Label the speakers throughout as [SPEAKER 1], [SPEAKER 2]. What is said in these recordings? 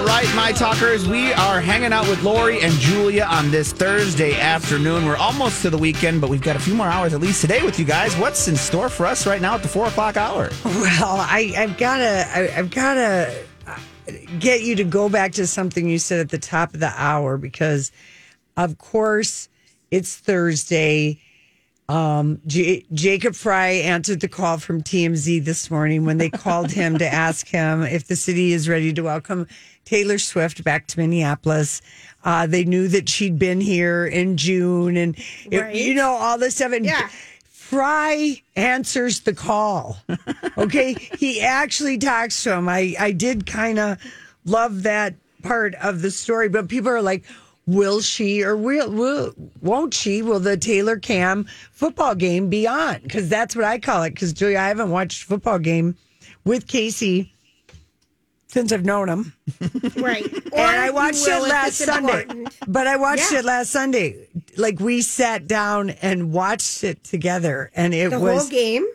[SPEAKER 1] Right, my talkers, we are hanging out with Lori and Julia on this Thursday afternoon. We're almost to the weekend, but we've got a few more hours at least today with you guys. What's in store for us right now at the four o'clock hour?
[SPEAKER 2] Well, I, I've got to, I've got to get you to go back to something you said at the top of the hour because, of course, it's Thursday. Um, J- Jacob Fry answered the call from TMZ this morning when they called him to ask him if the city is ready to welcome Taylor Swift back to Minneapolis. Uh, they knew that she'd been here in June and, it- you know, all this stuff. And Fry answers the call. Okay. he actually talks to him. I, I did kind of love that part of the story, but people are like, will she or will, will won't she? Will the Taylor Cam football game be on? Because that's what I call it. Because Julia, I haven't watched a football game with Casey since I've known him.
[SPEAKER 3] Right. Or
[SPEAKER 2] and I
[SPEAKER 3] you
[SPEAKER 2] watched
[SPEAKER 3] will
[SPEAKER 2] it
[SPEAKER 3] if
[SPEAKER 2] last
[SPEAKER 3] it's
[SPEAKER 2] Sunday.
[SPEAKER 3] important.
[SPEAKER 2] But I watched
[SPEAKER 3] Yeah.
[SPEAKER 2] it last Sunday. Like we sat down and watched it together, and it
[SPEAKER 3] The
[SPEAKER 2] was
[SPEAKER 3] whole game.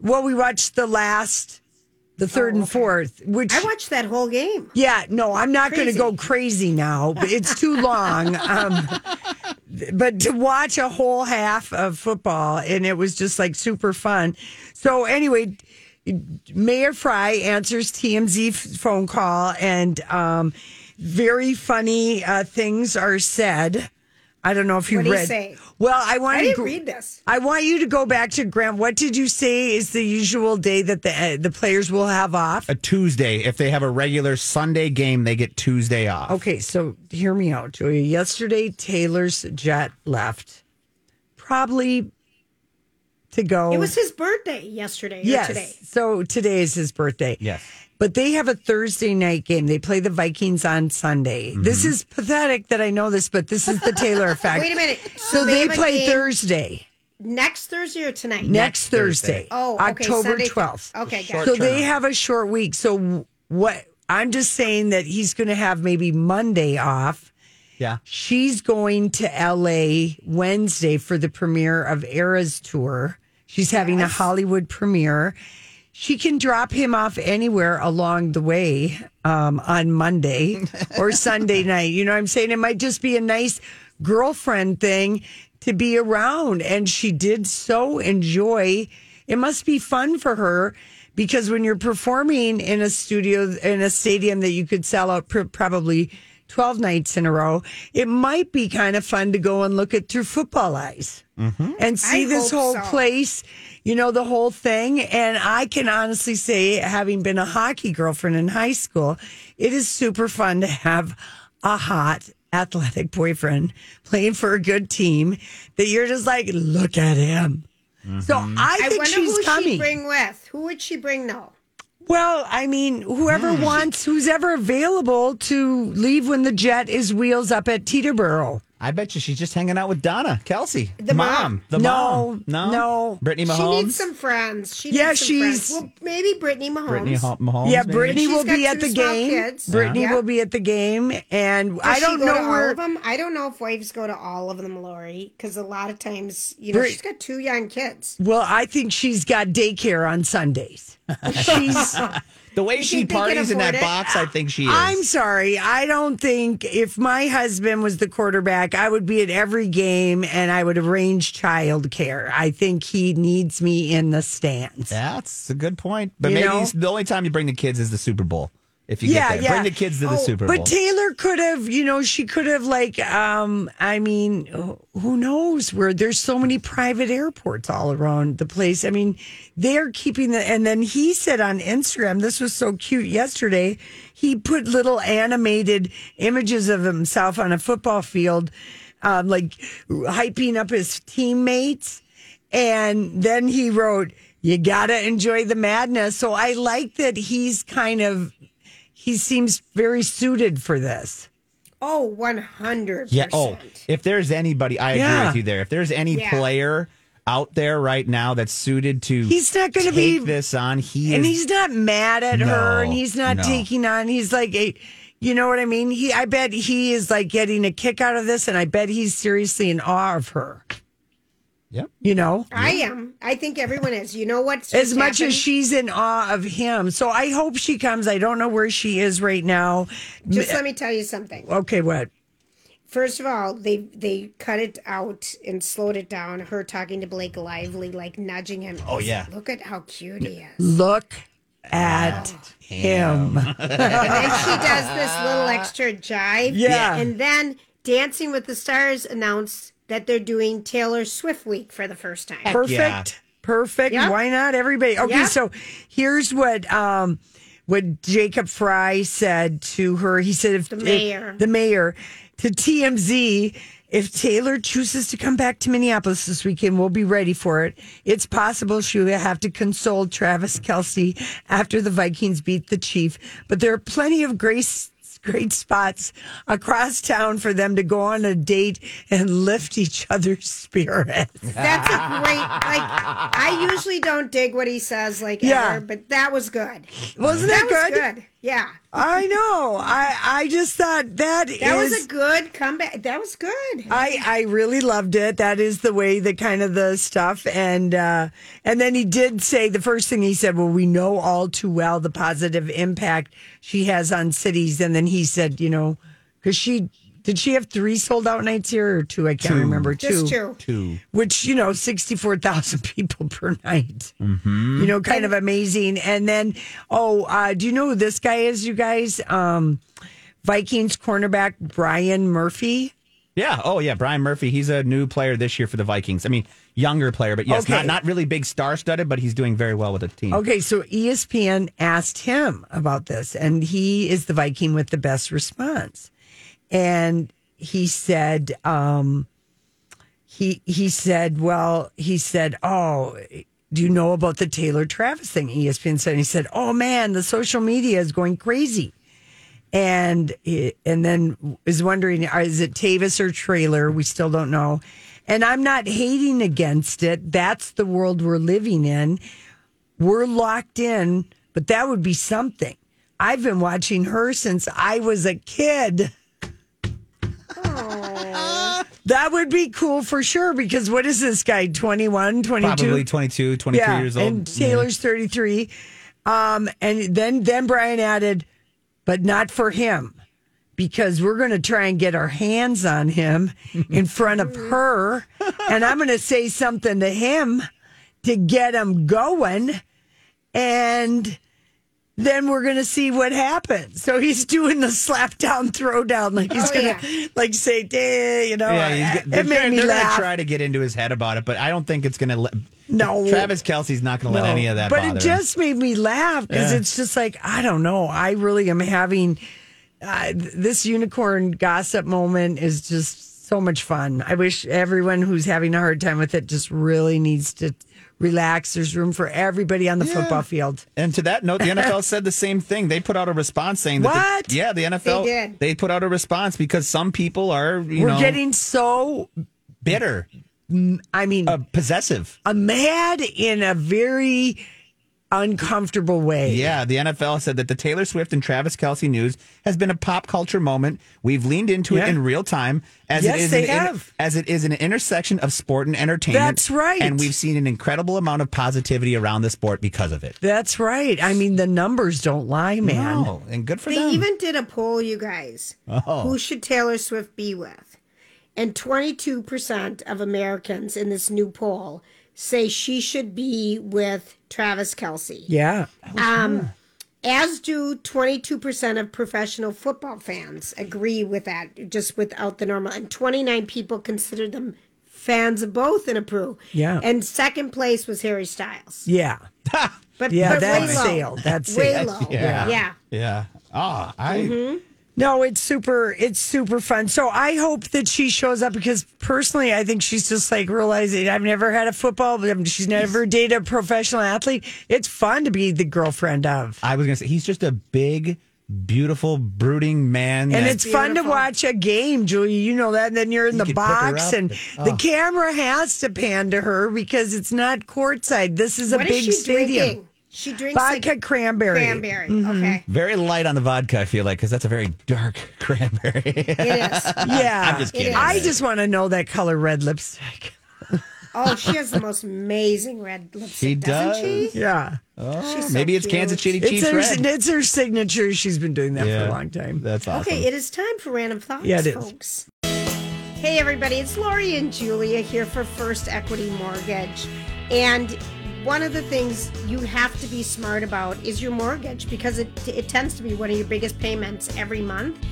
[SPEAKER 2] well, we watched the last, the third and fourth, which.
[SPEAKER 3] Oh, I watched that whole game.
[SPEAKER 2] yeah, no, I'm not going to
[SPEAKER 3] Crazy.
[SPEAKER 2] go crazy now. but It's too long. Um, but to watch a whole half of football, and it was just like super fun. So, anyway, Mayor Fry answers TMZ f- phone call, and um, very funny uh, things are said. I don't know if you
[SPEAKER 3] What'd he
[SPEAKER 2] read.
[SPEAKER 3] say?
[SPEAKER 2] Well, I want
[SPEAKER 3] I
[SPEAKER 2] to
[SPEAKER 3] didn't
[SPEAKER 2] gr-
[SPEAKER 3] read this.
[SPEAKER 2] I want you to go back to Grant. What did you say is the usual day that the uh, the players will have off?
[SPEAKER 1] A Tuesday. If they have a regular Sunday game, they get Tuesday off.
[SPEAKER 2] Okay, so hear me out, Julia. Yesterday, Taylor's jet left, probably to go.
[SPEAKER 3] It was his birthday yesterday
[SPEAKER 2] Oh. yes.
[SPEAKER 3] or today.
[SPEAKER 2] So today is his birthday.
[SPEAKER 1] Yes.
[SPEAKER 2] But they have a Thursday night game. They play the Vikings on Sunday. This is pathetic that I know this, but this is the Taylor effect.
[SPEAKER 3] Wait a minute.
[SPEAKER 2] So
[SPEAKER 3] They
[SPEAKER 2] they,
[SPEAKER 3] have a
[SPEAKER 2] play
[SPEAKER 3] game-
[SPEAKER 2] Thursday.
[SPEAKER 3] Next Thursday or tonight?
[SPEAKER 2] next
[SPEAKER 1] Thursday.
[SPEAKER 2] Thursday.
[SPEAKER 3] Oh, okay,
[SPEAKER 2] October
[SPEAKER 3] Sunday-
[SPEAKER 2] 12th.
[SPEAKER 3] Okay,
[SPEAKER 1] Short
[SPEAKER 3] gotcha.
[SPEAKER 2] So
[SPEAKER 1] turnaround.
[SPEAKER 2] they have a short week. So what I'm just saying that he's going to have maybe Monday off.
[SPEAKER 1] Yeah.
[SPEAKER 2] She's going to LA Wednesday for the premiere of Eras tour. She's having a Hollywood premiere. She can drop him off anywhere along the way um, on Monday or Sunday night. You know what I'm saying? It might just be a nice girlfriend thing to be around. And she did so enjoy. It must be fun for her because when you're performing in a studio, in a stadium that you could sell out pr- probably 12 nights in a row, it might be kind of fun to go and look at through football eyes and see
[SPEAKER 3] I
[SPEAKER 2] this
[SPEAKER 3] hope
[SPEAKER 2] whole
[SPEAKER 3] so.
[SPEAKER 2] place, you know, the whole thing. And I can honestly say, having been a hockey girlfriend in high school, it is super fun to have a hot athletic boyfriend playing for a good team that you're just like, look at him. So I
[SPEAKER 3] I
[SPEAKER 2] think
[SPEAKER 3] wonder
[SPEAKER 2] she's
[SPEAKER 3] who
[SPEAKER 2] coming.
[SPEAKER 3] she'd bring with. Who would she bring though?
[SPEAKER 2] Well, I mean, whoever wants, who's ever available to leave when the jet is wheels up at Teterboro.
[SPEAKER 1] I bet you she's just hanging out with Donna, Kelsey,
[SPEAKER 3] The mom.
[SPEAKER 1] the
[SPEAKER 2] No,
[SPEAKER 1] mom. No,
[SPEAKER 2] no.
[SPEAKER 1] Brittany Mahomes.
[SPEAKER 3] She needs some friends. She
[SPEAKER 2] Yeah,
[SPEAKER 3] needs some
[SPEAKER 2] she's-
[SPEAKER 3] friends. Well, maybe Brittany Mahomes.
[SPEAKER 1] Brittany Ho- Mahomes.
[SPEAKER 2] yeah,
[SPEAKER 1] maybe?
[SPEAKER 2] Brittany
[SPEAKER 3] She's
[SPEAKER 2] will
[SPEAKER 3] got
[SPEAKER 2] be at
[SPEAKER 3] two
[SPEAKER 2] the
[SPEAKER 3] small
[SPEAKER 2] game.
[SPEAKER 3] kids.
[SPEAKER 2] Brittany
[SPEAKER 3] Yeah.
[SPEAKER 2] will be at the game, and
[SPEAKER 3] Does
[SPEAKER 2] I
[SPEAKER 3] she
[SPEAKER 2] don't
[SPEAKER 3] go to
[SPEAKER 2] know
[SPEAKER 3] all
[SPEAKER 2] where.
[SPEAKER 3] of them. I don't know if wives go to all of them, Lori, because a lot of times, you know,
[SPEAKER 2] Brit-
[SPEAKER 3] she's got two young kids.
[SPEAKER 2] Well, I think she's got daycare on Sundays. She's.
[SPEAKER 1] The way she
[SPEAKER 3] think they can
[SPEAKER 1] parties in that
[SPEAKER 3] afford it?
[SPEAKER 1] box, I think she is.
[SPEAKER 2] I'm sorry. I don't think if my husband was the quarterback, I would be at every game and I would arrange childcare. I think he needs me in the stands.
[SPEAKER 1] That's a good point. But
[SPEAKER 2] You
[SPEAKER 1] maybe
[SPEAKER 2] know?
[SPEAKER 1] it's- the only time you bring the kids is the Super Bowl. if you get there. Bring the kids to the
[SPEAKER 2] Oh,
[SPEAKER 1] Super Bowl.
[SPEAKER 2] But Taylor could have, you know, she could have like, um, I mean, who knows where there's so many private airports all around the place. I mean, they're keeping the, and then he said on Instagram, this was so cute yesterday. He put little animated images of himself on a football field, um, like hyping up his teammates. And then he wrote, you gotta enjoy the madness. So I like that he's kind of he seems very suited for this.
[SPEAKER 3] Oh, 100%.
[SPEAKER 1] Yeah. Oh, if there's anybody, I agree
[SPEAKER 2] Yeah.
[SPEAKER 1] with you there. If there's any
[SPEAKER 3] Yeah.
[SPEAKER 1] player out there right now that's suited to
[SPEAKER 2] He's not going
[SPEAKER 1] take
[SPEAKER 2] to be,
[SPEAKER 1] this on, he
[SPEAKER 2] and
[SPEAKER 1] is.
[SPEAKER 2] he's not mad at her, and
[SPEAKER 1] No,
[SPEAKER 2] he's not
[SPEAKER 1] no.
[SPEAKER 2] taking on. He's like, a, you know what I mean? He, I bet he is like getting a kick out of this, and I bet he's seriously in awe of her.
[SPEAKER 1] Yep.
[SPEAKER 2] You know,
[SPEAKER 3] I am. I think everyone is. You know what's
[SPEAKER 2] as
[SPEAKER 3] just
[SPEAKER 2] much
[SPEAKER 3] happened?
[SPEAKER 2] as she's in awe of him. So I hope she comes. I don't know where she is right now.
[SPEAKER 3] Just let me tell you something.
[SPEAKER 2] Okay, what?
[SPEAKER 3] First of all, they they cut it out and slowed it down. Her talking to Blake Lively, like nudging him. Oh
[SPEAKER 1] yeah.
[SPEAKER 3] look at how cute he is.
[SPEAKER 2] Look at him.
[SPEAKER 3] and then she does this little extra jive.
[SPEAKER 2] Yeah.
[SPEAKER 3] and then Dancing with the Stars announced that they're doing Taylor Swift week for the first time.
[SPEAKER 2] perfect
[SPEAKER 1] yeah.
[SPEAKER 2] perfect
[SPEAKER 3] Yeah.
[SPEAKER 2] why not everybody okay
[SPEAKER 3] Yeah.
[SPEAKER 2] so here's what um what jacob fry said to her he said if the
[SPEAKER 3] mayor.
[SPEAKER 2] the mayor to tmz if taylor chooses to come back to minneapolis this weekend we'll be ready for it it's possible she will have to console travis kelsey after the vikings beat the chief but there are plenty of grace great spots across town for them to go on a date and lift each other's spirits
[SPEAKER 3] That's a great. Like I usually don't dig what he says, like
[SPEAKER 2] Yeah.
[SPEAKER 3] ever, but that was good.
[SPEAKER 2] Wasn't
[SPEAKER 3] That
[SPEAKER 2] that,
[SPEAKER 3] was
[SPEAKER 2] good?
[SPEAKER 3] good. Yeah.
[SPEAKER 2] I know. I I just thought that,
[SPEAKER 3] That was
[SPEAKER 2] is-
[SPEAKER 3] a good comeback. That was good.
[SPEAKER 2] I I really loved it. That is the way the kind of the stuff and uh and then he did say the first thing he said, well we know all too well the positive impact she has on cities and then he said, you know, cuz she did she have three sold out nights here or two? I can't remember.
[SPEAKER 3] Just two.
[SPEAKER 1] Two.
[SPEAKER 2] which you know 64,000 people per night. You know kind of amazing. And then oh, uh do you know who this guy is you guys? Um Vikings cornerback Brian Murphy.
[SPEAKER 1] Yeah. Oh, yeah. Brian Murphy. He's a new player this year for the Vikings. I mean, younger player, but yes,
[SPEAKER 2] Okay.
[SPEAKER 1] not not really big star studded, but he's doing very well with the team.
[SPEAKER 2] Okay, so E ESPN asked him about this and he is the Viking with the best response. And he said um he he said, well, he said, oh, do you know about the Taylor Travis thing? E ESPN said. And he said, oh man, the social media is going crazy. And it- and then is wondering, uh, is it Tavis or Trailer? We still don't know. And I'm not hating against it. That's the world we're living in. We're locked in, but that would be something. I've been watching her since I was a kid. That would be cool for sure because what is this guy, 21, 22?
[SPEAKER 1] Probably 22, 23 years old.
[SPEAKER 2] And Taylor's 33. Um, and then then Brian added, but not for him. Because we're going to try and get our hands on him in front of her. And I'm going to say something to him to get him going. And then we're going to see what happens. So he's doing the slap down, throw down. Like he's
[SPEAKER 3] Oh,
[SPEAKER 2] going to like say, "Deh," you know,
[SPEAKER 1] Yeah, he's,
[SPEAKER 2] it made me
[SPEAKER 1] they're
[SPEAKER 2] laugh.
[SPEAKER 1] gonna try to get into his head about it, but I don't think it's gonna. Let,
[SPEAKER 2] No.
[SPEAKER 1] Travis Kelsey's not gonna let
[SPEAKER 2] No,
[SPEAKER 1] any of that.
[SPEAKER 2] But
[SPEAKER 1] bother
[SPEAKER 2] it
[SPEAKER 1] him.
[SPEAKER 2] just made me laugh because
[SPEAKER 1] Yeah.
[SPEAKER 2] it's just like I don't know. I really am having uh, th- this unicorn gossip moment is just so much fun. I wish everyone who's having a hard time with it just really needs to relax. There's room for everybody on the football field.
[SPEAKER 1] And to that note, the NFL said the same thing. They put out a response saying that. the-
[SPEAKER 2] What?
[SPEAKER 1] yeah, the NFL.
[SPEAKER 3] They did.
[SPEAKER 1] put out a response because some people are, you
[SPEAKER 2] We're
[SPEAKER 1] know,
[SPEAKER 2] getting so
[SPEAKER 1] bitter,
[SPEAKER 2] I mean
[SPEAKER 1] uh, possessive.
[SPEAKER 2] a mad in a very uncomfortable way.
[SPEAKER 1] Yeah, the NFL said that the Taylor Swift and Travis Kelsey news has been a pop culture moment. We've leaned into
[SPEAKER 2] Yeah.
[SPEAKER 1] it in real time as
[SPEAKER 2] Yes,
[SPEAKER 1] it is
[SPEAKER 2] they
[SPEAKER 1] an,
[SPEAKER 2] have.
[SPEAKER 1] as it is an intersection of sport and entertainment.
[SPEAKER 2] That's right.
[SPEAKER 1] And we've seen an incredible amount of positivity around the sport because of it.
[SPEAKER 2] That's right. I mean the numbers don't lie, man.
[SPEAKER 1] Wow, Oh, and good for
[SPEAKER 3] They
[SPEAKER 1] them.
[SPEAKER 3] even did a poll, you guys. Who should Taylor Swift be with? And 22% of Americans in this new poll say she should be with Travis Kelsey.
[SPEAKER 2] Yeah.
[SPEAKER 3] Um, as do 22% of professional football fans agree with that, just without the normal. And 29 people consider them fans of both in a Peru.
[SPEAKER 2] Yeah.
[SPEAKER 3] And second place was Harry Styles.
[SPEAKER 2] Yeah.
[SPEAKER 3] But,
[SPEAKER 2] Yeah,
[SPEAKER 3] but
[SPEAKER 2] that
[SPEAKER 3] way low.
[SPEAKER 2] sailed. That
[SPEAKER 3] Way
[SPEAKER 2] sailed.
[SPEAKER 3] low.
[SPEAKER 1] Yeah.
[SPEAKER 3] yeah.
[SPEAKER 1] Yeah. Ah, I.
[SPEAKER 2] Mm-hmm. No, it's super it's super fun. So I hope that she shows up because personally I think she's just like realizing I've never had a football, but I'm- she's never dated a professional athlete. It's fun to be the girlfriend of.
[SPEAKER 1] I was gonna say he's just a big, beautiful, brooding man.
[SPEAKER 2] And
[SPEAKER 1] that-
[SPEAKER 2] it's fun to
[SPEAKER 3] Beautiful.
[SPEAKER 2] watch a game, Julia. You know that. And then you're in the
[SPEAKER 1] could pick her
[SPEAKER 2] box,
[SPEAKER 1] up
[SPEAKER 2] and
[SPEAKER 1] and- oh.
[SPEAKER 2] the camera has to pan to her because it's not courtside. This is a
[SPEAKER 3] What is
[SPEAKER 2] big
[SPEAKER 3] she
[SPEAKER 2] stadium.
[SPEAKER 3] drinking? She drinks
[SPEAKER 2] Vodka Mm-hmm.
[SPEAKER 3] like
[SPEAKER 2] cranberry.
[SPEAKER 3] cranberry. Okay.
[SPEAKER 1] very light on the vodka. I feel like because that's a very dark cranberry.
[SPEAKER 3] It is.
[SPEAKER 2] Yeah.
[SPEAKER 1] I'm just kidding.
[SPEAKER 2] I just want to know that color red lipstick.
[SPEAKER 3] Oh, she has the most amazing red lipstick,
[SPEAKER 1] She
[SPEAKER 3] doesn't
[SPEAKER 1] does.
[SPEAKER 3] she?
[SPEAKER 2] Yeah.
[SPEAKER 3] She's so
[SPEAKER 1] Maybe it's
[SPEAKER 3] cute.
[SPEAKER 1] Kansas City
[SPEAKER 2] It's
[SPEAKER 1] Chiefs
[SPEAKER 2] her,
[SPEAKER 1] red.
[SPEAKER 2] it's her signature. She's been doing that for
[SPEAKER 1] Yeah.
[SPEAKER 2] a long time.
[SPEAKER 1] That's awesome.
[SPEAKER 3] Okay, it is time for random thoughts,
[SPEAKER 2] Yeah, it is.
[SPEAKER 3] folks. Hey, everybody, it's Lori and Julia here for First Equity Mortgage. And one of the things you have to be smart about is your mortgage because it, it tends to be one of your biggest payments every month.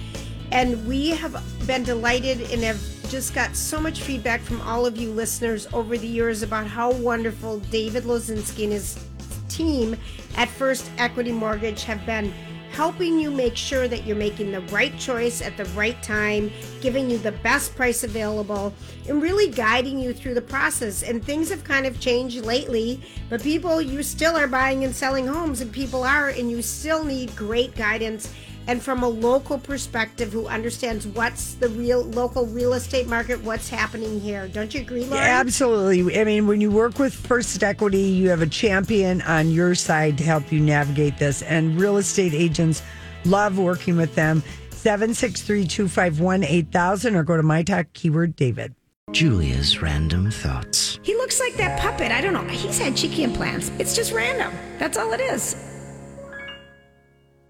[SPEAKER 3] And we have been delighted and have just got so much feedback from all of you listeners over the years about how wonderful David Lozinski and his team at First Equity Mortgage have been helping you make sure that you're making the right choice at the right time, giving you the best price available, and really guiding you through the process. And things have kind of changed lately, but people, you still are buying and selling homes, and people are, and you still need great guidance and from a local perspective who understands what's the real local real estate market, what's happening here. Don't you agree, Laura?
[SPEAKER 2] Absolutely. I mean, when you work with First Equity, you have a champion on your side to help you navigate this. And real estate agents love working with them. 763 251 8000 or go to my talk keyword David.
[SPEAKER 4] Julia's random thoughts.
[SPEAKER 5] He looks like that puppet. I don't know. He's had cheeky implants. It's just random. That's all it is.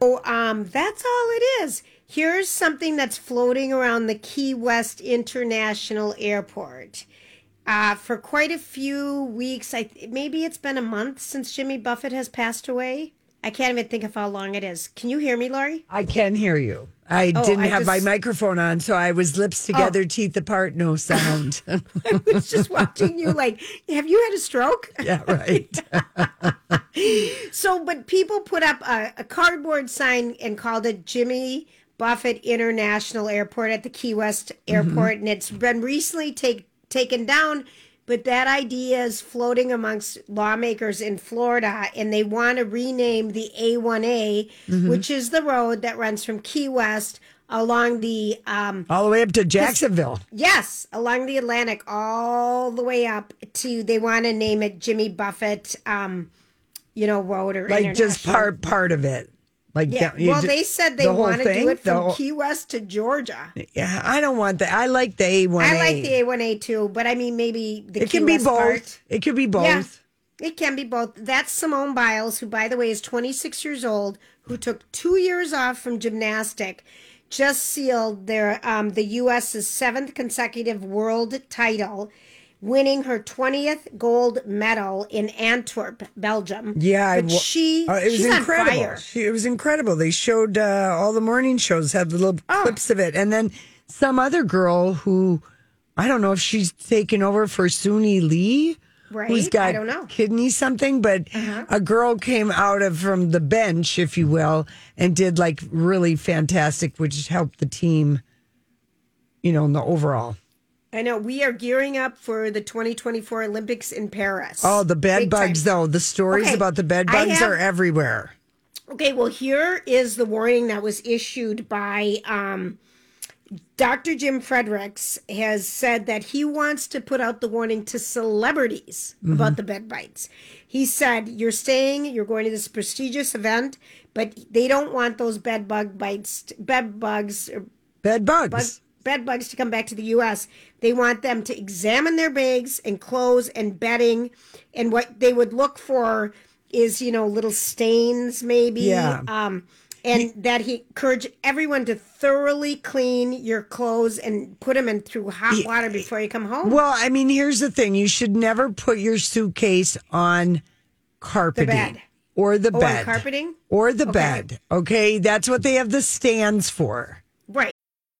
[SPEAKER 3] So, um, that's all it is. Here's something that's floating around the Key West International Airport. Uh, for quite a few weeks, I th- maybe it's been a month since Jimmy Buffett has passed away. I can't even think of how long it is. Can you hear me, Laurie?
[SPEAKER 2] I can hear you. I
[SPEAKER 3] Oh,
[SPEAKER 2] didn't
[SPEAKER 3] I
[SPEAKER 2] have my
[SPEAKER 3] just-
[SPEAKER 2] microphone on, so I was lips together, teeth apart, no sound.
[SPEAKER 3] was just watching you like, have you had a stroke?
[SPEAKER 2] yeah, right.
[SPEAKER 3] So, but people put up a, a cardboard sign and called it Jimmy Buffett International Airport at the Key West
[SPEAKER 2] Mm-hmm.
[SPEAKER 3] Airport, and it's been recently take, taken down. But that idea is floating amongst lawmakers in Florida, and they want to rename the A1A,
[SPEAKER 2] Mm-hmm.
[SPEAKER 3] which is the road that runs from Key West along the um,
[SPEAKER 2] All the way up to Jacksonville.
[SPEAKER 3] Yes, along the Atlantic, all the way up to they want to name it Jimmy Buffett, um, you know, road or
[SPEAKER 2] Like just
[SPEAKER 3] International.
[SPEAKER 2] part part of it. Like
[SPEAKER 3] Yeah.
[SPEAKER 2] down- you
[SPEAKER 3] Well,
[SPEAKER 2] ju-
[SPEAKER 3] they said they
[SPEAKER 2] the whole
[SPEAKER 3] want to
[SPEAKER 2] thing,
[SPEAKER 3] do it
[SPEAKER 2] the
[SPEAKER 3] from
[SPEAKER 2] whole-
[SPEAKER 3] Key West to Georgia.
[SPEAKER 2] Yeah, I don't want that. I like the A one.
[SPEAKER 3] I like the A one A two, but I mean maybe the
[SPEAKER 2] It
[SPEAKER 3] Key
[SPEAKER 2] can be
[SPEAKER 3] West
[SPEAKER 2] both.
[SPEAKER 3] part.
[SPEAKER 2] It could be both.
[SPEAKER 3] Yeah. It can be both. That's Simone Biles, who, by the way, is 26 years old, who took two years off from gymnastic, just sealed their um, the U.S.'s seventh consecutive world title, winning her 20th gold medal in Antwerp, Belgium.
[SPEAKER 2] Yeah, I
[SPEAKER 3] but
[SPEAKER 2] wa-
[SPEAKER 3] she
[SPEAKER 2] Oh, it was
[SPEAKER 3] she's
[SPEAKER 2] incredible.
[SPEAKER 3] on fire.
[SPEAKER 2] She- it was incredible. They showed uh, all the morning shows had little
[SPEAKER 3] Oh.
[SPEAKER 2] clips of it, and then some other girl who I don't know if she's taken over for Suni Lee, who's
[SPEAKER 3] Right?
[SPEAKER 2] got
[SPEAKER 3] I don't know. Uh-huh.
[SPEAKER 2] kidney something, but a girl came out of from the bench, if you will, and did like really fantastic, which helped the team. You know, in the overall.
[SPEAKER 3] I know we are gearing up for the 2024 Olympics in Paris.
[SPEAKER 2] Oh, the bed
[SPEAKER 3] Big
[SPEAKER 2] bugs,
[SPEAKER 3] time.
[SPEAKER 2] though. The stories
[SPEAKER 3] Okay,
[SPEAKER 2] about the bed
[SPEAKER 3] I
[SPEAKER 2] bugs
[SPEAKER 3] have-
[SPEAKER 2] are everywhere.
[SPEAKER 3] Okay, well, here is the warning that was issued by um, Dr. Jim Fredericks has said that he wants to put out the warning to celebrities about the bed bites. He said, "You're staying, you're going to this prestigious event, but they don't want those bed bug bites, bed bugs, or
[SPEAKER 2] Bed bugs.
[SPEAKER 3] bugs, bed bugs to come back to the U.S. They want them to examine their bags and clothes and bedding, and what they would look for is you know little stains maybe.
[SPEAKER 2] Yeah.
[SPEAKER 3] Um, and that he encourage everyone to thoroughly clean your clothes and put them in through hot water before you come home.
[SPEAKER 2] Well, I mean, here's the thing: you should never put your suitcase on
[SPEAKER 3] the
[SPEAKER 2] carpeting
[SPEAKER 3] bed.
[SPEAKER 2] or the
[SPEAKER 3] Or
[SPEAKER 2] bed.
[SPEAKER 3] carpeting?
[SPEAKER 2] Or the
[SPEAKER 3] Okay.
[SPEAKER 2] bed. Okay. That's what they have the stands for.
[SPEAKER 3] Right.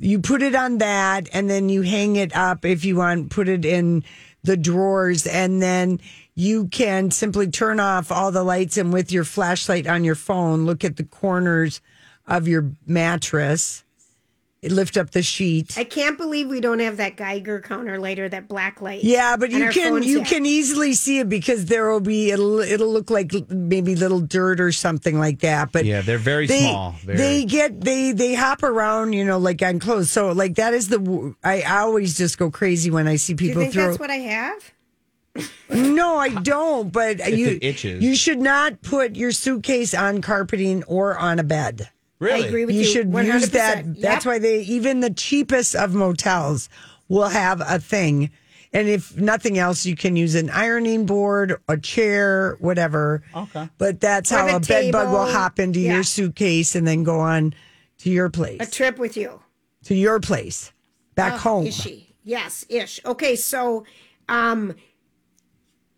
[SPEAKER 2] You put it on that and then you hang it up if you want, put it in the drawers and then you can simply turn off all the lights and with your flashlight on your phone, look at the corners of your mattress, lift up the sheet.
[SPEAKER 3] I can't believe we don't have that Geiger counter later, that black light.
[SPEAKER 2] Yeah, but
[SPEAKER 3] on
[SPEAKER 2] you
[SPEAKER 3] our
[SPEAKER 2] can
[SPEAKER 3] phones
[SPEAKER 2] you
[SPEAKER 3] yet.
[SPEAKER 2] can easily see it because there will be it'll it'll look like l- maybe little dirt or something like that. But
[SPEAKER 1] Yeah, they're very
[SPEAKER 2] they,
[SPEAKER 1] small. They're-
[SPEAKER 2] They get they they hop around, you know, like on clothes. So like that is the w- I I always just go crazy when I see
[SPEAKER 3] Do you
[SPEAKER 2] people
[SPEAKER 3] think
[SPEAKER 2] throw.
[SPEAKER 3] that's what I have?
[SPEAKER 2] no, I don't. But you
[SPEAKER 1] it itches.
[SPEAKER 2] you should not put your suitcase on carpeting or on a bed.
[SPEAKER 1] Really?
[SPEAKER 3] I agree with you.
[SPEAKER 2] You should
[SPEAKER 3] 100%.
[SPEAKER 2] use that. That's
[SPEAKER 3] Yep.
[SPEAKER 2] why they even the cheapest of motels will have a thing. And if nothing else, you can use an ironing board, a chair, whatever. Okay. But that's
[SPEAKER 3] Or
[SPEAKER 2] how
[SPEAKER 3] the
[SPEAKER 2] a bed bug will
[SPEAKER 3] table.
[SPEAKER 2] hop into
[SPEAKER 3] Yeah.
[SPEAKER 2] your suitcase and then go on to your place,
[SPEAKER 3] a trip with you.
[SPEAKER 2] to your place, back home.
[SPEAKER 3] Oh, Is she? Yes, ish. Okay, so um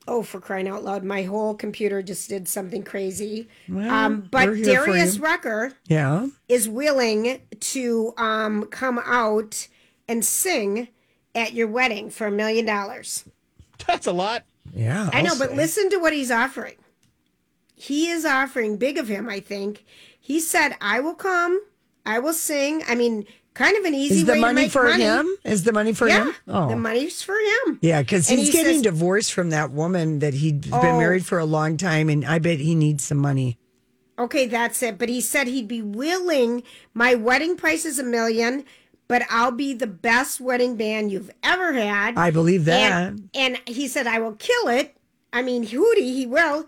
[SPEAKER 3] oh for crying out loud, my whole computer just did something crazy. um but
[SPEAKER 2] we're here for
[SPEAKER 3] Darius
[SPEAKER 2] you.
[SPEAKER 3] Rucker
[SPEAKER 2] Yeah.
[SPEAKER 3] is willing to um come out and sing at your wedding for a million dollars.
[SPEAKER 1] That's a lot.
[SPEAKER 2] Yeah.
[SPEAKER 3] I know,
[SPEAKER 2] I'll
[SPEAKER 3] but
[SPEAKER 2] say.
[SPEAKER 3] listen to what he's offering. He is offering big of him, I think. He said, "I will come. I will sing." I mean, kind of an easy
[SPEAKER 2] Is the
[SPEAKER 3] way to
[SPEAKER 2] money
[SPEAKER 3] make
[SPEAKER 2] for
[SPEAKER 3] money.
[SPEAKER 2] him? Is the money for
[SPEAKER 3] yeah,
[SPEAKER 2] him? Oh.
[SPEAKER 3] the money's for him.
[SPEAKER 2] Yeah, because
[SPEAKER 3] And
[SPEAKER 2] he's
[SPEAKER 3] he
[SPEAKER 2] getting
[SPEAKER 3] says-
[SPEAKER 2] divorced from that woman that he'd been
[SPEAKER 3] Oh.
[SPEAKER 2] married for a long time, and I bet he needs some money.
[SPEAKER 3] Okay, that's it. But he said he'd be willing. My wedding price is a million, but I'll be the best wedding band you've ever had.
[SPEAKER 2] I believe that.
[SPEAKER 3] and, and he said, I will kill it. I mean, Hootie, he will.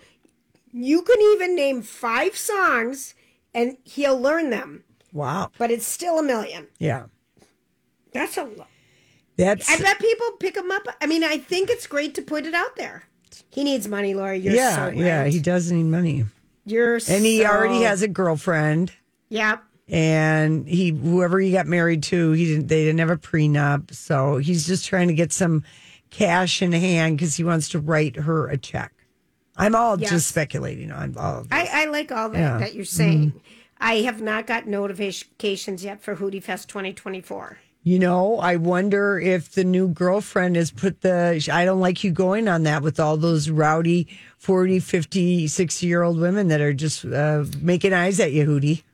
[SPEAKER 3] You can even name five songs and he'll learn them,
[SPEAKER 2] wow.
[SPEAKER 3] but it's still a million.
[SPEAKER 2] Yeah.
[SPEAKER 3] That's a lot.
[SPEAKER 2] That's
[SPEAKER 3] I bet people pick him up. I mean, I think it's great to put it out there. He needs money, Lori. You're
[SPEAKER 2] yeah,
[SPEAKER 3] so right.
[SPEAKER 2] yeah. He does need money,
[SPEAKER 3] You're
[SPEAKER 2] and he
[SPEAKER 3] so-
[SPEAKER 2] already has a girlfriend,
[SPEAKER 3] Yep.
[SPEAKER 2] and he whoever he got married to, he didn't. They didn't have a prenup, so he's just trying to get some cash in hand because he wants to write her a check. I'm all
[SPEAKER 3] Yes.
[SPEAKER 2] just speculating on all of this.
[SPEAKER 3] I, I like all that
[SPEAKER 2] Yeah. Mm-hmm.
[SPEAKER 3] that you're saying. I have not got notifications yet for Hootie Fest 2024.
[SPEAKER 2] You know, I wonder if the new girlfriend has put the I don't like you going on that with all those rowdy 40, 50, 60 year old women that are just uh, making eyes at you, Hootie.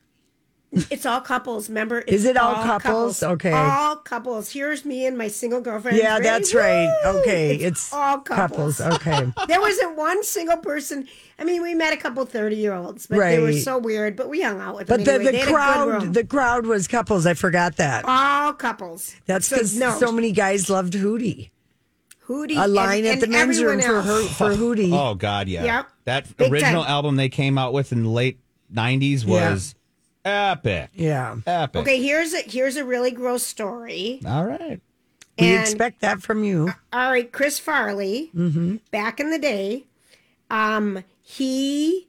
[SPEAKER 3] It's all couples, remember? It's
[SPEAKER 2] Is it all couples? Okay.
[SPEAKER 3] All couples. Here's me and my single girlfriend.
[SPEAKER 2] Yeah,
[SPEAKER 3] Ready?
[SPEAKER 2] that's right.
[SPEAKER 3] Woo!
[SPEAKER 2] Okay. It's,
[SPEAKER 3] all couples.
[SPEAKER 2] Okay.
[SPEAKER 3] There wasn't one single person. I mean, we met a couple 30 year olds, but they were
[SPEAKER 2] Right.
[SPEAKER 3] so weird, but we hung out with them.
[SPEAKER 2] But the,
[SPEAKER 3] anyway.
[SPEAKER 2] the
[SPEAKER 3] They had a good room.
[SPEAKER 2] crowd the crowd was couples. I forgot that.
[SPEAKER 3] all couples.
[SPEAKER 2] That's because so,
[SPEAKER 3] no.
[SPEAKER 2] many guys loved Hootie.
[SPEAKER 3] Hootie
[SPEAKER 2] A
[SPEAKER 3] and-
[SPEAKER 2] line at
[SPEAKER 3] and
[SPEAKER 2] the men's room
[SPEAKER 3] everyone
[SPEAKER 2] for her
[SPEAKER 3] else.
[SPEAKER 2] for Hootie.
[SPEAKER 1] Oh God, yeah.
[SPEAKER 3] Yep.
[SPEAKER 1] That
[SPEAKER 3] Big
[SPEAKER 1] original
[SPEAKER 3] time.
[SPEAKER 1] album they came out with in the late '90s
[SPEAKER 2] Yeah.
[SPEAKER 1] was epic.
[SPEAKER 2] Yeah.
[SPEAKER 1] Epic.
[SPEAKER 3] Okay, here's a here's a really gross story.
[SPEAKER 1] All right.
[SPEAKER 2] We
[SPEAKER 3] And-
[SPEAKER 2] expect that from you.
[SPEAKER 3] all right, Chris Farley, back in the day, um, he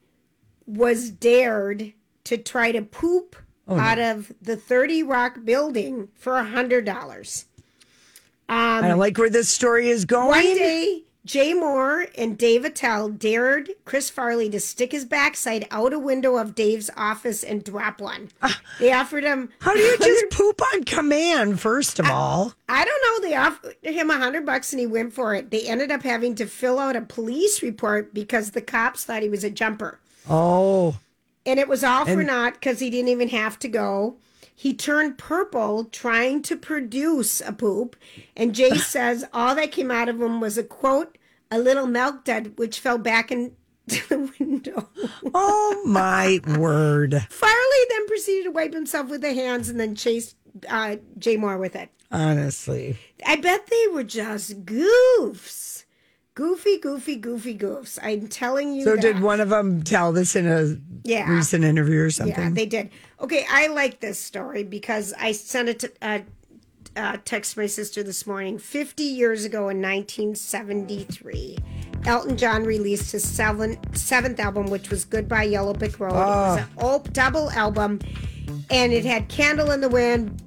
[SPEAKER 3] was dared to try to poop out of the 30 Rock building for a $100. um,
[SPEAKER 2] I don't like where this story is going.
[SPEAKER 3] One day, Jay Moore and Dave Attell dared Chris Farley to stick his backside out a window of Dave's office and drop one. They offered him.
[SPEAKER 2] How do you just poop on command, first
[SPEAKER 3] Uh,
[SPEAKER 2] of all?
[SPEAKER 3] I don't know. They offered him a hundred bucks and he went for it. They ended up having to fill out a police report because the cops thought he was a jumper.
[SPEAKER 2] Oh,
[SPEAKER 3] and it was all for naught because he didn't even have to go. He turned purple trying to produce a poop, and Jay says all that came out of him was a quote, a little milk dud, which fell back into the window.
[SPEAKER 2] oh my word.
[SPEAKER 3] Farley then proceeded to wipe himself with the hands and then chased uh, Jay Moore with it.
[SPEAKER 2] Honestly.
[SPEAKER 3] I bet they were just goofs. Goofy, goofy, goofy goofs. I'm telling you.
[SPEAKER 2] So
[SPEAKER 3] that.
[SPEAKER 2] did one of them tell this in a
[SPEAKER 3] Yeah.
[SPEAKER 2] recent interview or
[SPEAKER 3] Yeah,
[SPEAKER 2] something?
[SPEAKER 3] they did. Okay, I like this story because I sent it to. Uh, uh, text to my sister this morning. 50 years ago in 1973, Elton John released his seven, seventh album, which was Goodbye Yellow Brick Road. It was
[SPEAKER 2] Ah.
[SPEAKER 3] an op- double album, and it had Candle in the Wind,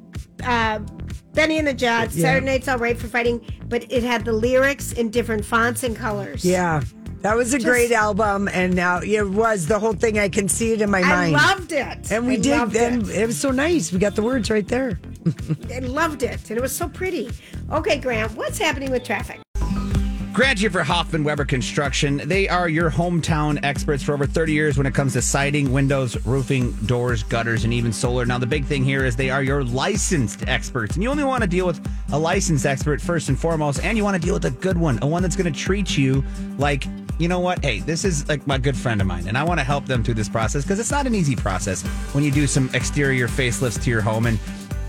[SPEAKER 3] uh, Benny and the Jets, Saturday Night's All Right for Fighting, but it had the lyrics in different fonts and colors.
[SPEAKER 2] yeah. That was a great album and now yeah, it was the whole thing I can see it in my
[SPEAKER 3] I
[SPEAKER 2] mind.
[SPEAKER 3] loved it.
[SPEAKER 2] and we
[SPEAKER 3] I
[SPEAKER 2] did
[SPEAKER 3] loved
[SPEAKER 2] then
[SPEAKER 3] it.
[SPEAKER 2] it. was so nice. We got the words right there.
[SPEAKER 3] I loved it, and it was so pretty. Okay, Graham, what's happening with traffic?
[SPEAKER 1] Grant here for Hoffman Weber Construction. They are your hometown experts for over 30 years when it comes to siding, windows, roofing, doors, gutters, and even solar. Now, the big thing here is they are your licensed experts. And you only want to deal with a licensed expert first and foremost, and you want to deal with a good one, a one that's going to treat you like, you know what? Hey, this is like my good friend of mine, and I want to help them through this process because it's not an easy process when you do some exterior facelifts to your home. And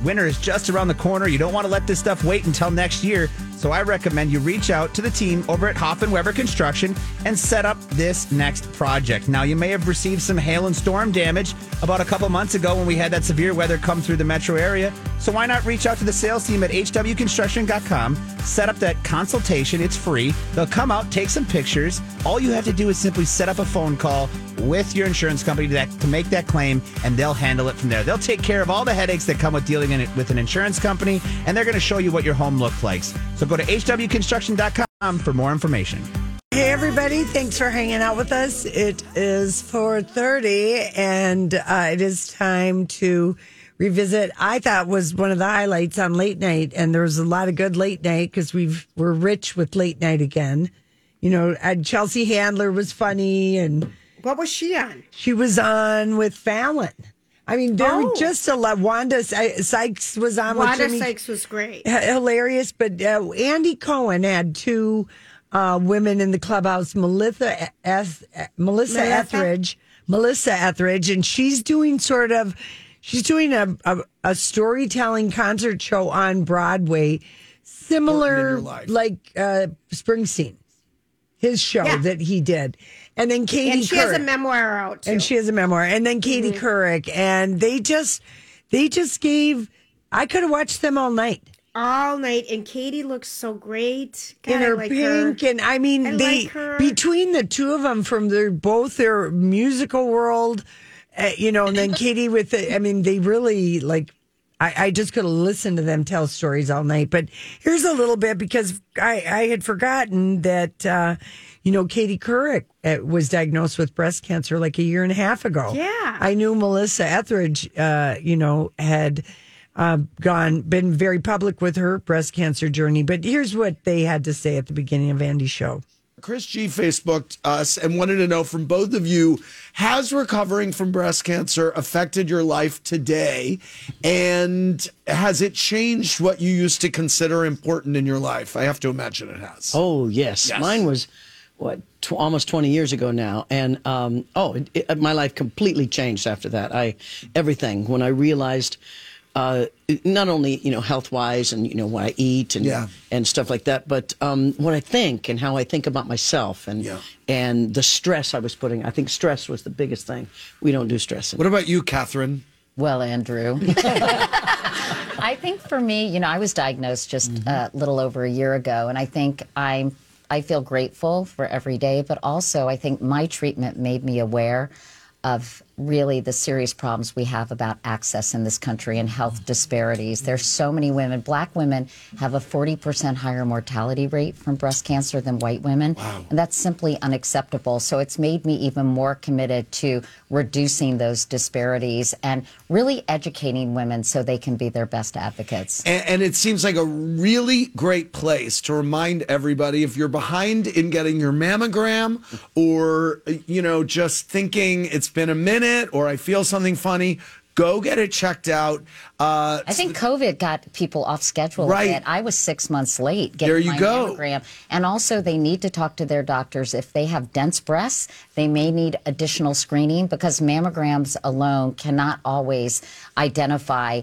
[SPEAKER 1] Winter is just around the corner. You don't want to let this stuff wait until next year. So I recommend you reach out to the team over at Hoffman Weber Construction and set up this next project. Now, you may have received some hail and storm damage about a couple months ago when we had that severe weather come through the metro area. So why not reach out to the sales team at hwconstruction.com, set up that consultation. It's free. They'll come out, take some pictures. All you have to do is simply set up a phone call with your insurance company to, that, to make that claim, and they'll handle it from there. They'll take care of all the headaches that come with dealing in it with an insurance company, and they're going to show you what your home looks like. So go to hwconstruction.com for more information.
[SPEAKER 2] Hey everybody, thanks for hanging out with us. It is 4:30 and uh, it is time to revisit I thought was one of the highlights on late night and there was a lot of good late night cuz we've we're rich with late night again. You know, and Chelsea Handler was funny and
[SPEAKER 3] What was she on?
[SPEAKER 2] she was on with Fallon. I mean, there were
[SPEAKER 3] Oh.
[SPEAKER 2] just a lot. Wanda Si- Sykes was on
[SPEAKER 3] Wanda
[SPEAKER 2] with Jimmy
[SPEAKER 3] Sykes was great.
[SPEAKER 2] h- hilarious. But uh, Andy Cohen had two uh, women in the clubhouse, Melissa, Eth- Melissa
[SPEAKER 3] Melissa?
[SPEAKER 2] Etheridge, Melissa Etheridge, and she's doing sort of, she's doing a, a, a storytelling concert show on Broadway, similar like uh, Springsteen, his show
[SPEAKER 3] Yeah.
[SPEAKER 2] that he did, and then Katie
[SPEAKER 3] And she
[SPEAKER 2] Couric
[SPEAKER 3] has a memoir out. Too.
[SPEAKER 2] and she has a memoir and then katie
[SPEAKER 3] Mm-hmm.
[SPEAKER 2] couric and they just they just gave i could have watched them all night
[SPEAKER 3] all night. And Katie looks so great. God,
[SPEAKER 2] in
[SPEAKER 3] I
[SPEAKER 2] her
[SPEAKER 3] like her.
[SPEAKER 2] pink and i mean
[SPEAKER 3] I
[SPEAKER 2] they
[SPEAKER 3] like her.
[SPEAKER 2] between the two of them from their both their musical world uh, you know and then katie with the i mean they really like I, I just could have listened to them tell stories all night. But here's a little bit because I, I had forgotten that, uh, you know, Katie Couric uh, was diagnosed with breast cancer like a year and a half ago.
[SPEAKER 3] Yeah.
[SPEAKER 2] I knew Melissa Etheridge, uh, you know, had uh, gone, been very public with her breast cancer journey. But here's what they had to say at the beginning of Andy's show.
[SPEAKER 6] Chris G Facebooked us and wanted to know from both of you Has recovering from breast cancer affected your life today? And has it changed what you used to consider important in your life? I have to imagine it has.
[SPEAKER 4] Oh yes, mine was what tw- almost twenty years ago now, and um, oh, it, it, my life completely changed after that. I everything when I realized uh, not only you know health wise and you know what I eat and
[SPEAKER 6] Yeah.
[SPEAKER 4] and stuff like that, but um, what I think and how I think about myself and
[SPEAKER 6] Yeah.
[SPEAKER 4] and the stress I was putting. I think stress was the biggest thing. We don't do stress.
[SPEAKER 6] What about you, Catherine?
[SPEAKER 7] Well, Andrew. I think for me, you know, I was diagnosed just
[SPEAKER 8] uh,
[SPEAKER 7] a little over a year ago, and I think I'm. I feel grateful for every day, but also I think my treatment made me aware of
[SPEAKER 8] really the serious problems we have about access in this country and health disparities. There's so many women. Black women have a 40% higher mortality rate from breast cancer than white women. And that's simply unacceptable. So it's made me even more committed to reducing those disparities and really educating women so they can be their best advocates.
[SPEAKER 1] And, and it seems like a really great place to remind everybody if you're behind in getting your mammogram or, you know, just thinking it's been a minute or I feel something funny, go get it checked out. Uh,
[SPEAKER 8] I think COVID got people off schedule.
[SPEAKER 1] Right.
[SPEAKER 8] A bit. I was six months late getting
[SPEAKER 1] There you
[SPEAKER 8] my
[SPEAKER 1] go.
[SPEAKER 8] mammogram. And also, they need to talk to their doctors. If they have dense breasts, they may need additional screening because mammograms alone cannot always identify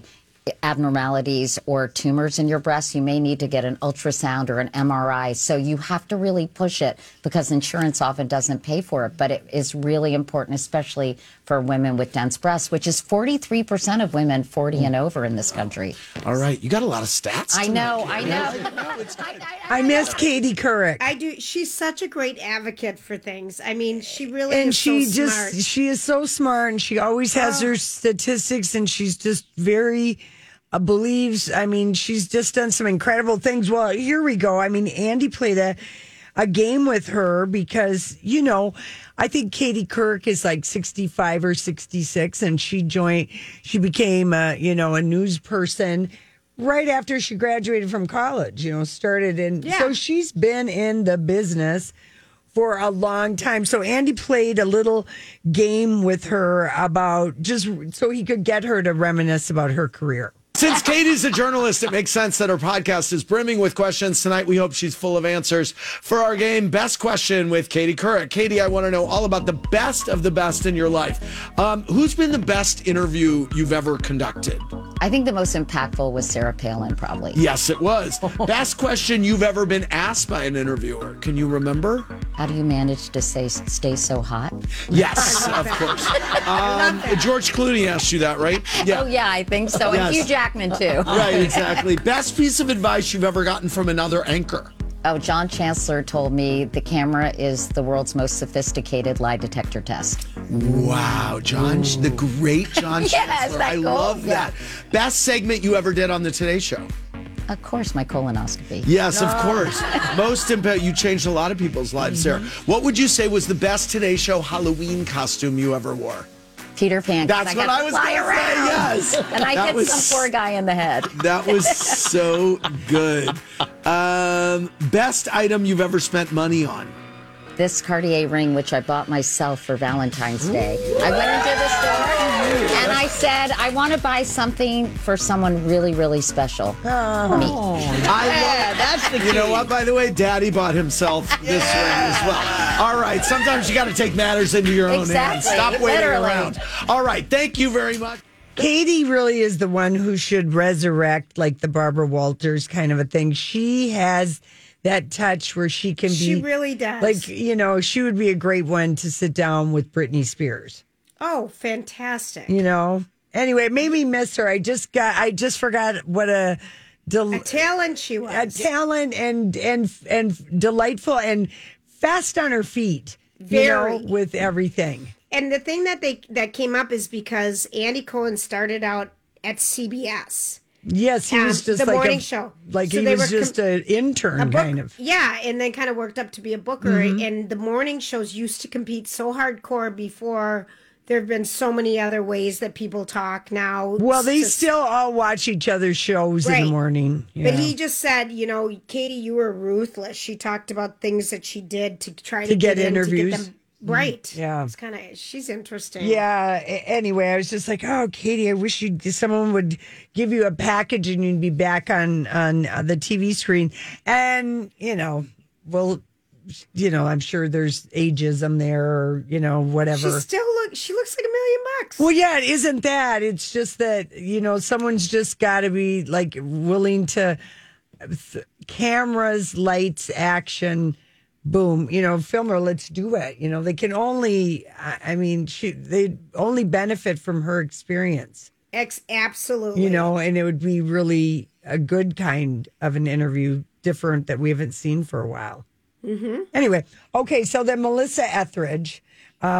[SPEAKER 8] abnormalities or tumors in your breast. You may need to get an ultrasound or an MRI. So you have to really push it because insurance often doesn't pay for it. But it is really important, especially for women with dense breasts, which is 43% of women 40 and over in this country.
[SPEAKER 1] all right, you got a lot of stats.
[SPEAKER 8] I
[SPEAKER 1] tonight,
[SPEAKER 8] know,
[SPEAKER 1] Kate.
[SPEAKER 8] I know.
[SPEAKER 2] I miss Katie Couric.
[SPEAKER 3] I do. She's such a great advocate for things. I mean, she really
[SPEAKER 2] and
[SPEAKER 3] is
[SPEAKER 2] she
[SPEAKER 3] so
[SPEAKER 2] just
[SPEAKER 3] smart. Oh.
[SPEAKER 2] she is so smart and she always has her statistics and she's just very uh, believes i mean she's just done some incredible things well here we go i mean andy played a a game with her because you know i think katie kirk is like 65 or 66 and she joined she became a, you know a news person right after she graduated from college you know started in so she's been in the business for a long time. So Andy played a little game with her about just so he could get her to reminisce about her career.
[SPEAKER 1] Since Katie's a journalist, it makes sense that her podcast is brimming with questions. Tonight, we hope she's full of answers for our game Best Question with Katie Couric. Katie, I want to know all about the best of the best in your life. Um, who's been the best interview you've ever conducted?
[SPEAKER 8] I think the most impactful was Sarah Palin, probably.
[SPEAKER 1] Yes, it was. best question you've ever been asked by an interviewer. Can you remember?
[SPEAKER 8] How do you manage to stay, stay so hot?
[SPEAKER 1] Yes, of course. Um, George Clooney asked you that, right?
[SPEAKER 8] Oh, yeah, I think so.
[SPEAKER 1] Yes.
[SPEAKER 8] And Hugh Jackman, too.
[SPEAKER 1] Right, exactly. Best piece of advice you've ever gotten from another anchor.
[SPEAKER 8] Oh, John Chancellor told me the camera is the world's most sophisticated lie detector test.
[SPEAKER 1] Wow, John, the great John
[SPEAKER 8] Yeah,
[SPEAKER 1] Chancellor.
[SPEAKER 8] isn't that
[SPEAKER 1] I
[SPEAKER 8] cool?
[SPEAKER 1] love that. Best segment you ever did on the Today Show.
[SPEAKER 8] Of course, my colonoscopy.
[SPEAKER 1] Yes, of course. Most impact. You changed a lot of people's lives, Sarah.
[SPEAKER 8] Mm-hmm.
[SPEAKER 1] What would you say was the best Today Show Halloween costume you ever wore?
[SPEAKER 8] Peter Pan. 'cause
[SPEAKER 1] That's
[SPEAKER 8] I
[SPEAKER 1] what
[SPEAKER 8] got
[SPEAKER 1] I
[SPEAKER 8] to
[SPEAKER 1] was
[SPEAKER 8] fly
[SPEAKER 1] gonna say,
[SPEAKER 8] around.
[SPEAKER 1] yes.
[SPEAKER 8] And I
[SPEAKER 1] That
[SPEAKER 8] hit
[SPEAKER 1] was-
[SPEAKER 8] some poor guy in the head.
[SPEAKER 1] That was so good. Um, best item you've ever spent money on.
[SPEAKER 8] This Cartier ring, which I bought myself for Valentine's Day, I went into the store and I said, I want to buy something for someone really, really special.
[SPEAKER 1] I love that's the You know what, by the way, Daddy bought himself this ring as well. All right, sometimes you got to take matters into your own hands.
[SPEAKER 8] Exactly,
[SPEAKER 1] Stop waiting
[SPEAKER 8] literally.
[SPEAKER 1] around. All right, thank you very much.
[SPEAKER 2] Katie really is the one who should resurrect like the Barbara Walters kind of a thing. She has that touch where she can
[SPEAKER 3] She
[SPEAKER 2] be
[SPEAKER 3] really does.
[SPEAKER 2] like, you know, she would be a great one to sit down with Britney Spears,
[SPEAKER 3] oh, fantastic.
[SPEAKER 2] you know. Anyway, it made me miss her. I just got I just forgot what a del-
[SPEAKER 3] A talent she was.
[SPEAKER 2] a talent and and and delightful and fast on her feet. you know,
[SPEAKER 3] Very.
[SPEAKER 2] with everything.
[SPEAKER 3] And the thing that they that came up is because Andy Cohen started out at CBS.
[SPEAKER 2] Yes, he
[SPEAKER 3] Um,
[SPEAKER 2] was just
[SPEAKER 3] the
[SPEAKER 2] like a-
[SPEAKER 3] morning show.
[SPEAKER 2] Like
[SPEAKER 3] So
[SPEAKER 2] he
[SPEAKER 3] they
[SPEAKER 2] was
[SPEAKER 3] were
[SPEAKER 2] just
[SPEAKER 3] com-
[SPEAKER 2] an intern,
[SPEAKER 3] book-
[SPEAKER 2] kind of. Mm-hmm.
[SPEAKER 3] Yeah, and then kind of worked up to be a booker. And the morning shows used to compete so hardcore before. There have been so many other ways that people talk now.
[SPEAKER 2] Well, they
[SPEAKER 3] Just-
[SPEAKER 2] still all watch each other's shows in
[SPEAKER 3] Right.
[SPEAKER 2] the morning.
[SPEAKER 3] But
[SPEAKER 2] yeah.
[SPEAKER 3] he just said, you know, Katie, you were ruthless. She talked about things that she did to try to,
[SPEAKER 2] get
[SPEAKER 3] in, to
[SPEAKER 2] interviews. Mm-hmm.
[SPEAKER 3] them- right.
[SPEAKER 2] yeah.
[SPEAKER 3] It's kind of, she's interesting.
[SPEAKER 2] Yeah. a- Anyway, I was just like, oh, Katie, I wish you someone would give you a package and you'd be back on on uh, the TV screen. And you know, well, you know, I'm sure there's ageism there, or you know,
[SPEAKER 3] She
[SPEAKER 2] whatever.
[SPEAKER 3] still look. She looks like a million bucks.
[SPEAKER 2] Well, yeah, it isn't that. It's just that, you know, someone's just got to be like willing to th- cameras, lights, action, boom, you know, film her, let's do it. You know, they can only, I, I mean, she, they only benefit from her experience,
[SPEAKER 3] Ex- absolutely.
[SPEAKER 2] you know, and it would be really a good kind of an interview, different that we haven't seen for a while. Mm-hmm. Anyway, okay, so then Melissa Etheridge You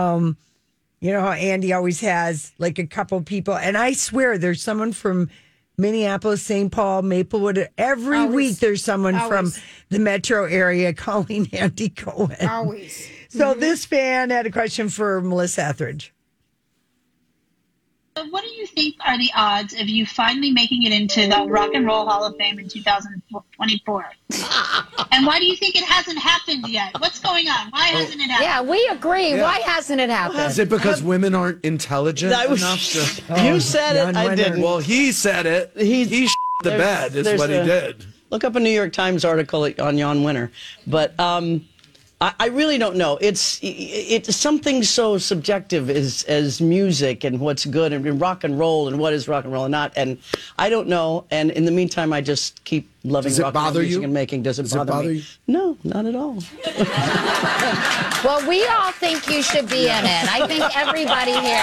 [SPEAKER 2] know how Andy always has like a couple people, and I swear there's someone from Minneapolis, St. Paul, Maplewood. Every
[SPEAKER 3] Always.
[SPEAKER 2] week there's someone
[SPEAKER 3] Always.
[SPEAKER 2] from the metro area calling Andy Cohen.
[SPEAKER 3] Always. Mm-hmm.
[SPEAKER 2] So this fan had a question for Melissa Etheridge.
[SPEAKER 9] So what do you think are the odds of you finally making it into the Rock and Roll Hall of Fame in 2024? and why do you think it hasn't happened yet? What's going on? Why hasn't it happened?
[SPEAKER 7] Yeah, we agree. Why hasn't it happened?
[SPEAKER 6] Is it because women aren't intelligent
[SPEAKER 4] I was-
[SPEAKER 6] enough to?
[SPEAKER 2] Oh,
[SPEAKER 4] you said it. I
[SPEAKER 2] non-winner.
[SPEAKER 4] didn't.
[SPEAKER 6] Well, he said it. He
[SPEAKER 4] He's-
[SPEAKER 6] he the
[SPEAKER 4] there's-
[SPEAKER 6] bed is
[SPEAKER 4] there's
[SPEAKER 6] what he
[SPEAKER 4] a-
[SPEAKER 6] did.
[SPEAKER 4] Look up a New York Times article on Jan Winter, but um, I, I really don't know. It's it's something so subjective as as music and what's good and, rock and roll and what is rock and roll and not. And I don't know. And in the meantime, I just keep loving
[SPEAKER 6] Does it
[SPEAKER 4] rock and roll
[SPEAKER 6] bother
[SPEAKER 4] music
[SPEAKER 6] you?
[SPEAKER 4] and making. Does it
[SPEAKER 6] Does it
[SPEAKER 4] bother,
[SPEAKER 6] bother
[SPEAKER 4] me?
[SPEAKER 6] you?
[SPEAKER 4] No, not at all.
[SPEAKER 7] Well, we all think you should be in it. I think everybody here.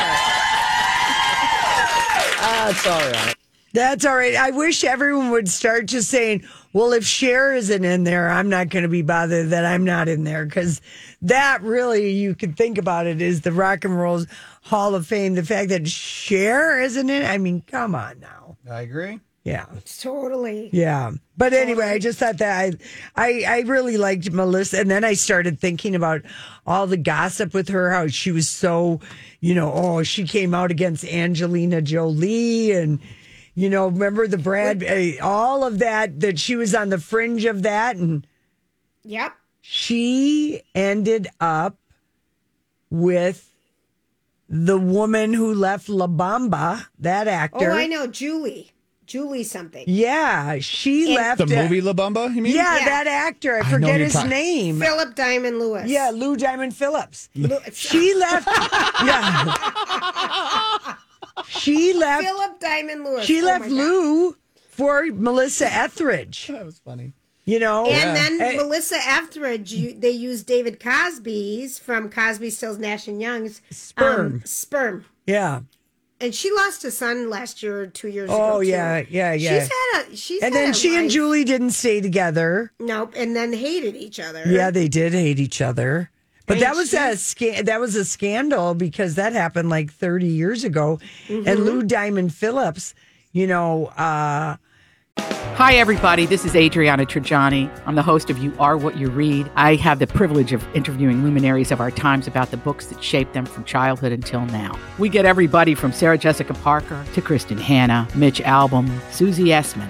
[SPEAKER 4] That's all right.
[SPEAKER 2] That's all right. I wish everyone would start just saying, well, if Cher isn't in there, I'm not going to be bothered that I'm not in there. Because that really, you could think about it, is the Rock and Roll's Hall of Fame. The fact that Cher isn't in I mean, come on now.
[SPEAKER 1] I agree.
[SPEAKER 2] Yeah.
[SPEAKER 3] Totally.
[SPEAKER 2] Yeah. But anyway, I just thought that I, I, I really liked Melissa. And then I started thinking about all the gossip with her, how she was so, you know, oh, she came out against Angelina Jolie and, you know, remember the Brad, eh, all of that, that she was on the fringe of that. And
[SPEAKER 3] Yep.
[SPEAKER 2] she ended up with the woman who left La Bamba, that
[SPEAKER 3] Oh,
[SPEAKER 2] actor.
[SPEAKER 3] I know. Julie. Julie something.
[SPEAKER 2] Yeah, she left
[SPEAKER 1] The
[SPEAKER 2] it-
[SPEAKER 1] movie La Bamba, you mean?
[SPEAKER 2] Yeah,
[SPEAKER 3] Yeah.
[SPEAKER 2] that actor. I
[SPEAKER 1] know
[SPEAKER 2] forget
[SPEAKER 1] you're
[SPEAKER 2] his
[SPEAKER 1] talking-
[SPEAKER 2] name.
[SPEAKER 3] Philip Diamond Lewis.
[SPEAKER 2] Yeah, Lou Diamond Phillips.
[SPEAKER 3] Lu-
[SPEAKER 2] She left. yeah. She left.
[SPEAKER 3] Philip Diamond Lewis.
[SPEAKER 2] She
[SPEAKER 3] Oh
[SPEAKER 2] left
[SPEAKER 3] my God.
[SPEAKER 2] Lou for Melissa Etheridge.
[SPEAKER 1] That was funny.
[SPEAKER 2] You know.
[SPEAKER 3] And then
[SPEAKER 2] Eh,
[SPEAKER 3] Melissa Etheridge, you, they used David Cosby's from Cosby, Stills, Nash and Young's um,
[SPEAKER 2] Sperm.
[SPEAKER 3] sperm,
[SPEAKER 2] yeah.
[SPEAKER 3] and she lost a son last year or two years ago.
[SPEAKER 2] Oh
[SPEAKER 3] too.
[SPEAKER 2] yeah, yeah, yeah.
[SPEAKER 3] She's had a she's
[SPEAKER 2] and
[SPEAKER 3] had
[SPEAKER 2] then
[SPEAKER 3] a
[SPEAKER 2] she and
[SPEAKER 3] life.
[SPEAKER 2] Julie didn't stay together.
[SPEAKER 3] nope, and then hated each other.
[SPEAKER 2] Yeah, they did hate each other. But
[SPEAKER 3] And
[SPEAKER 2] that was a sca- that was a scandal because that happened like 30 years ago.
[SPEAKER 3] Mm-hmm.
[SPEAKER 2] And Lou Diamond Phillips, you know, uh,
[SPEAKER 10] Hi, everybody. This is Adriana Trajani. I'm the host of You Are What You Read. I have the privilege of interviewing luminaries of our times about the books that shaped them from childhood until now. We get everybody from Sarah Jessica Parker to Kristen Hanna, Mitch Albom, Susie Essman,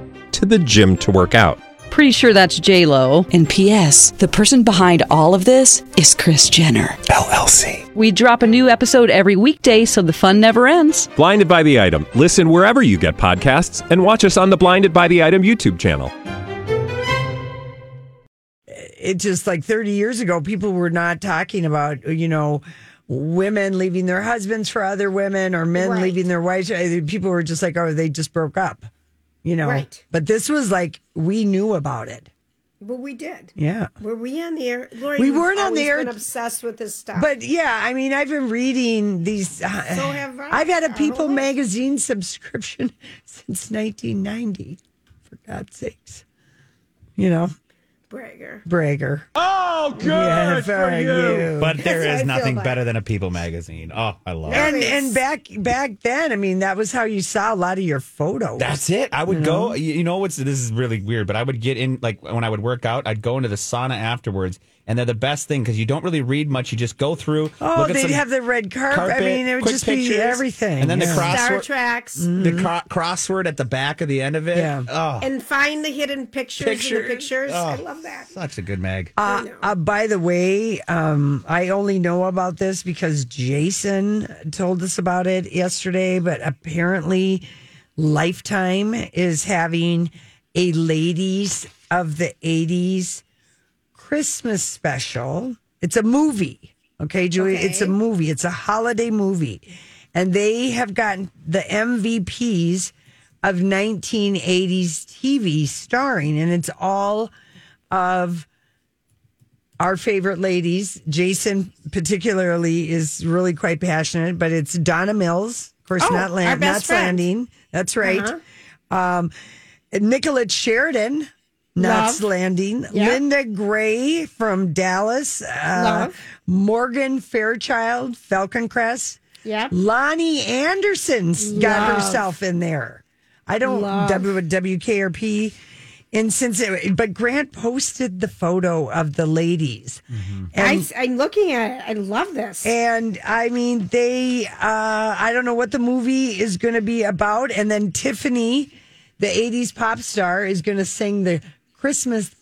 [SPEAKER 11] to the gym to work out.
[SPEAKER 12] Pretty sure that's J Lo. And P.S. The person behind all of this is Chris Jenner
[SPEAKER 11] LLC.
[SPEAKER 12] We drop a new episode every weekday, so the fun never ends.
[SPEAKER 11] Blinded by the item. Listen wherever you get podcasts, and watch us on the Blinded by the Item YouTube channel.
[SPEAKER 2] it just like 30 years ago, people were not talking about, you know, women leaving their husbands for other women or men
[SPEAKER 3] Right.
[SPEAKER 2] leaving their wives. Eh, People were just like, oh, they just broke up, you know.
[SPEAKER 3] Right.
[SPEAKER 2] But this was like, we knew about it.
[SPEAKER 3] but we did.
[SPEAKER 2] Yeah.
[SPEAKER 3] Were we on the air? Lori,
[SPEAKER 2] We
[SPEAKER 3] you've
[SPEAKER 2] weren't on the
[SPEAKER 3] always
[SPEAKER 2] air.
[SPEAKER 3] Been obsessed with this stuff.
[SPEAKER 2] But yeah, I mean, I've been reading these. So
[SPEAKER 3] have I.
[SPEAKER 2] have had
[SPEAKER 3] Our
[SPEAKER 2] a
[SPEAKER 3] whole
[SPEAKER 2] People
[SPEAKER 3] life.
[SPEAKER 2] magazine subscription since 1990. For God's sakes, you know,
[SPEAKER 3] bragger.
[SPEAKER 2] bragger.
[SPEAKER 1] Oh, good
[SPEAKER 2] Yeah, for you.
[SPEAKER 1] But there
[SPEAKER 3] That's how I
[SPEAKER 1] is
[SPEAKER 3] feel
[SPEAKER 1] nothing
[SPEAKER 3] about
[SPEAKER 1] better than a People magazine. Oh, I love it.
[SPEAKER 2] And
[SPEAKER 3] Nice.
[SPEAKER 2] and back back then, I mean, that was how you saw a lot of your photos.
[SPEAKER 1] That's it. I would go. You you know what's this is really weird, but I would get in like when I would work out, I'd go into the sauna afterwards, and they're the best thing because you don't really read much. You just go through.
[SPEAKER 2] oh,
[SPEAKER 1] look at
[SPEAKER 2] they'd
[SPEAKER 1] some
[SPEAKER 2] have the red carpet. I
[SPEAKER 1] carpet,
[SPEAKER 2] mean, it would
[SPEAKER 1] quick
[SPEAKER 2] just be
[SPEAKER 1] pictures,
[SPEAKER 2] everything.
[SPEAKER 1] and then
[SPEAKER 2] Yeah.
[SPEAKER 1] the
[SPEAKER 2] Mm.
[SPEAKER 3] Star
[SPEAKER 1] crossword,
[SPEAKER 3] Tracks.
[SPEAKER 1] the cro- crossword at the back of the end of it.
[SPEAKER 2] Mm-hmm. Yeah.
[SPEAKER 1] Oh,
[SPEAKER 3] And find the hidden pictures in
[SPEAKER 1] Pictures.
[SPEAKER 3] the pictures. I
[SPEAKER 1] Oh.
[SPEAKER 3] love that.
[SPEAKER 1] such a good mag.
[SPEAKER 2] Uh, uh, by the way, um, I only know about this because Jason told us about it yesterday, but apparently Lifetime is having a Ladies of the 80s Christmas special. It's a movie, Okay, Julia, it's a
[SPEAKER 3] Okay.
[SPEAKER 2] movie. It's a holiday movie. And they have gotten the MVPs of 1980s TV starring, and it's all of our favorite ladies. Jason, particularly, is really quite passionate, but it's Donna Mills, of course,
[SPEAKER 3] Oh,
[SPEAKER 2] not,
[SPEAKER 3] our
[SPEAKER 2] land,
[SPEAKER 3] best
[SPEAKER 2] not
[SPEAKER 3] friend. Uh-huh.
[SPEAKER 2] Landing. That's right. Um, Nicola Sheridan, not
[SPEAKER 3] Love.
[SPEAKER 2] Landing.
[SPEAKER 3] Yeah.
[SPEAKER 2] Linda Gray from Dallas. Uh,
[SPEAKER 3] Love.
[SPEAKER 2] Morgan Fairchild, Falcon Crest.
[SPEAKER 3] Yeah.
[SPEAKER 2] Lonnie Anderson's got
[SPEAKER 3] Love.
[SPEAKER 2] herself in there. I don't
[SPEAKER 3] Love.
[SPEAKER 2] W WKRP. And since it, but Grant posted the photo of the ladies.
[SPEAKER 3] I,
[SPEAKER 2] And,
[SPEAKER 3] I'm looking at it. I love this.
[SPEAKER 2] and I mean, they, uh, I don't know what the movie is going to be about. And then Tiffany, the 80s pop star, is going to sing the Christmas,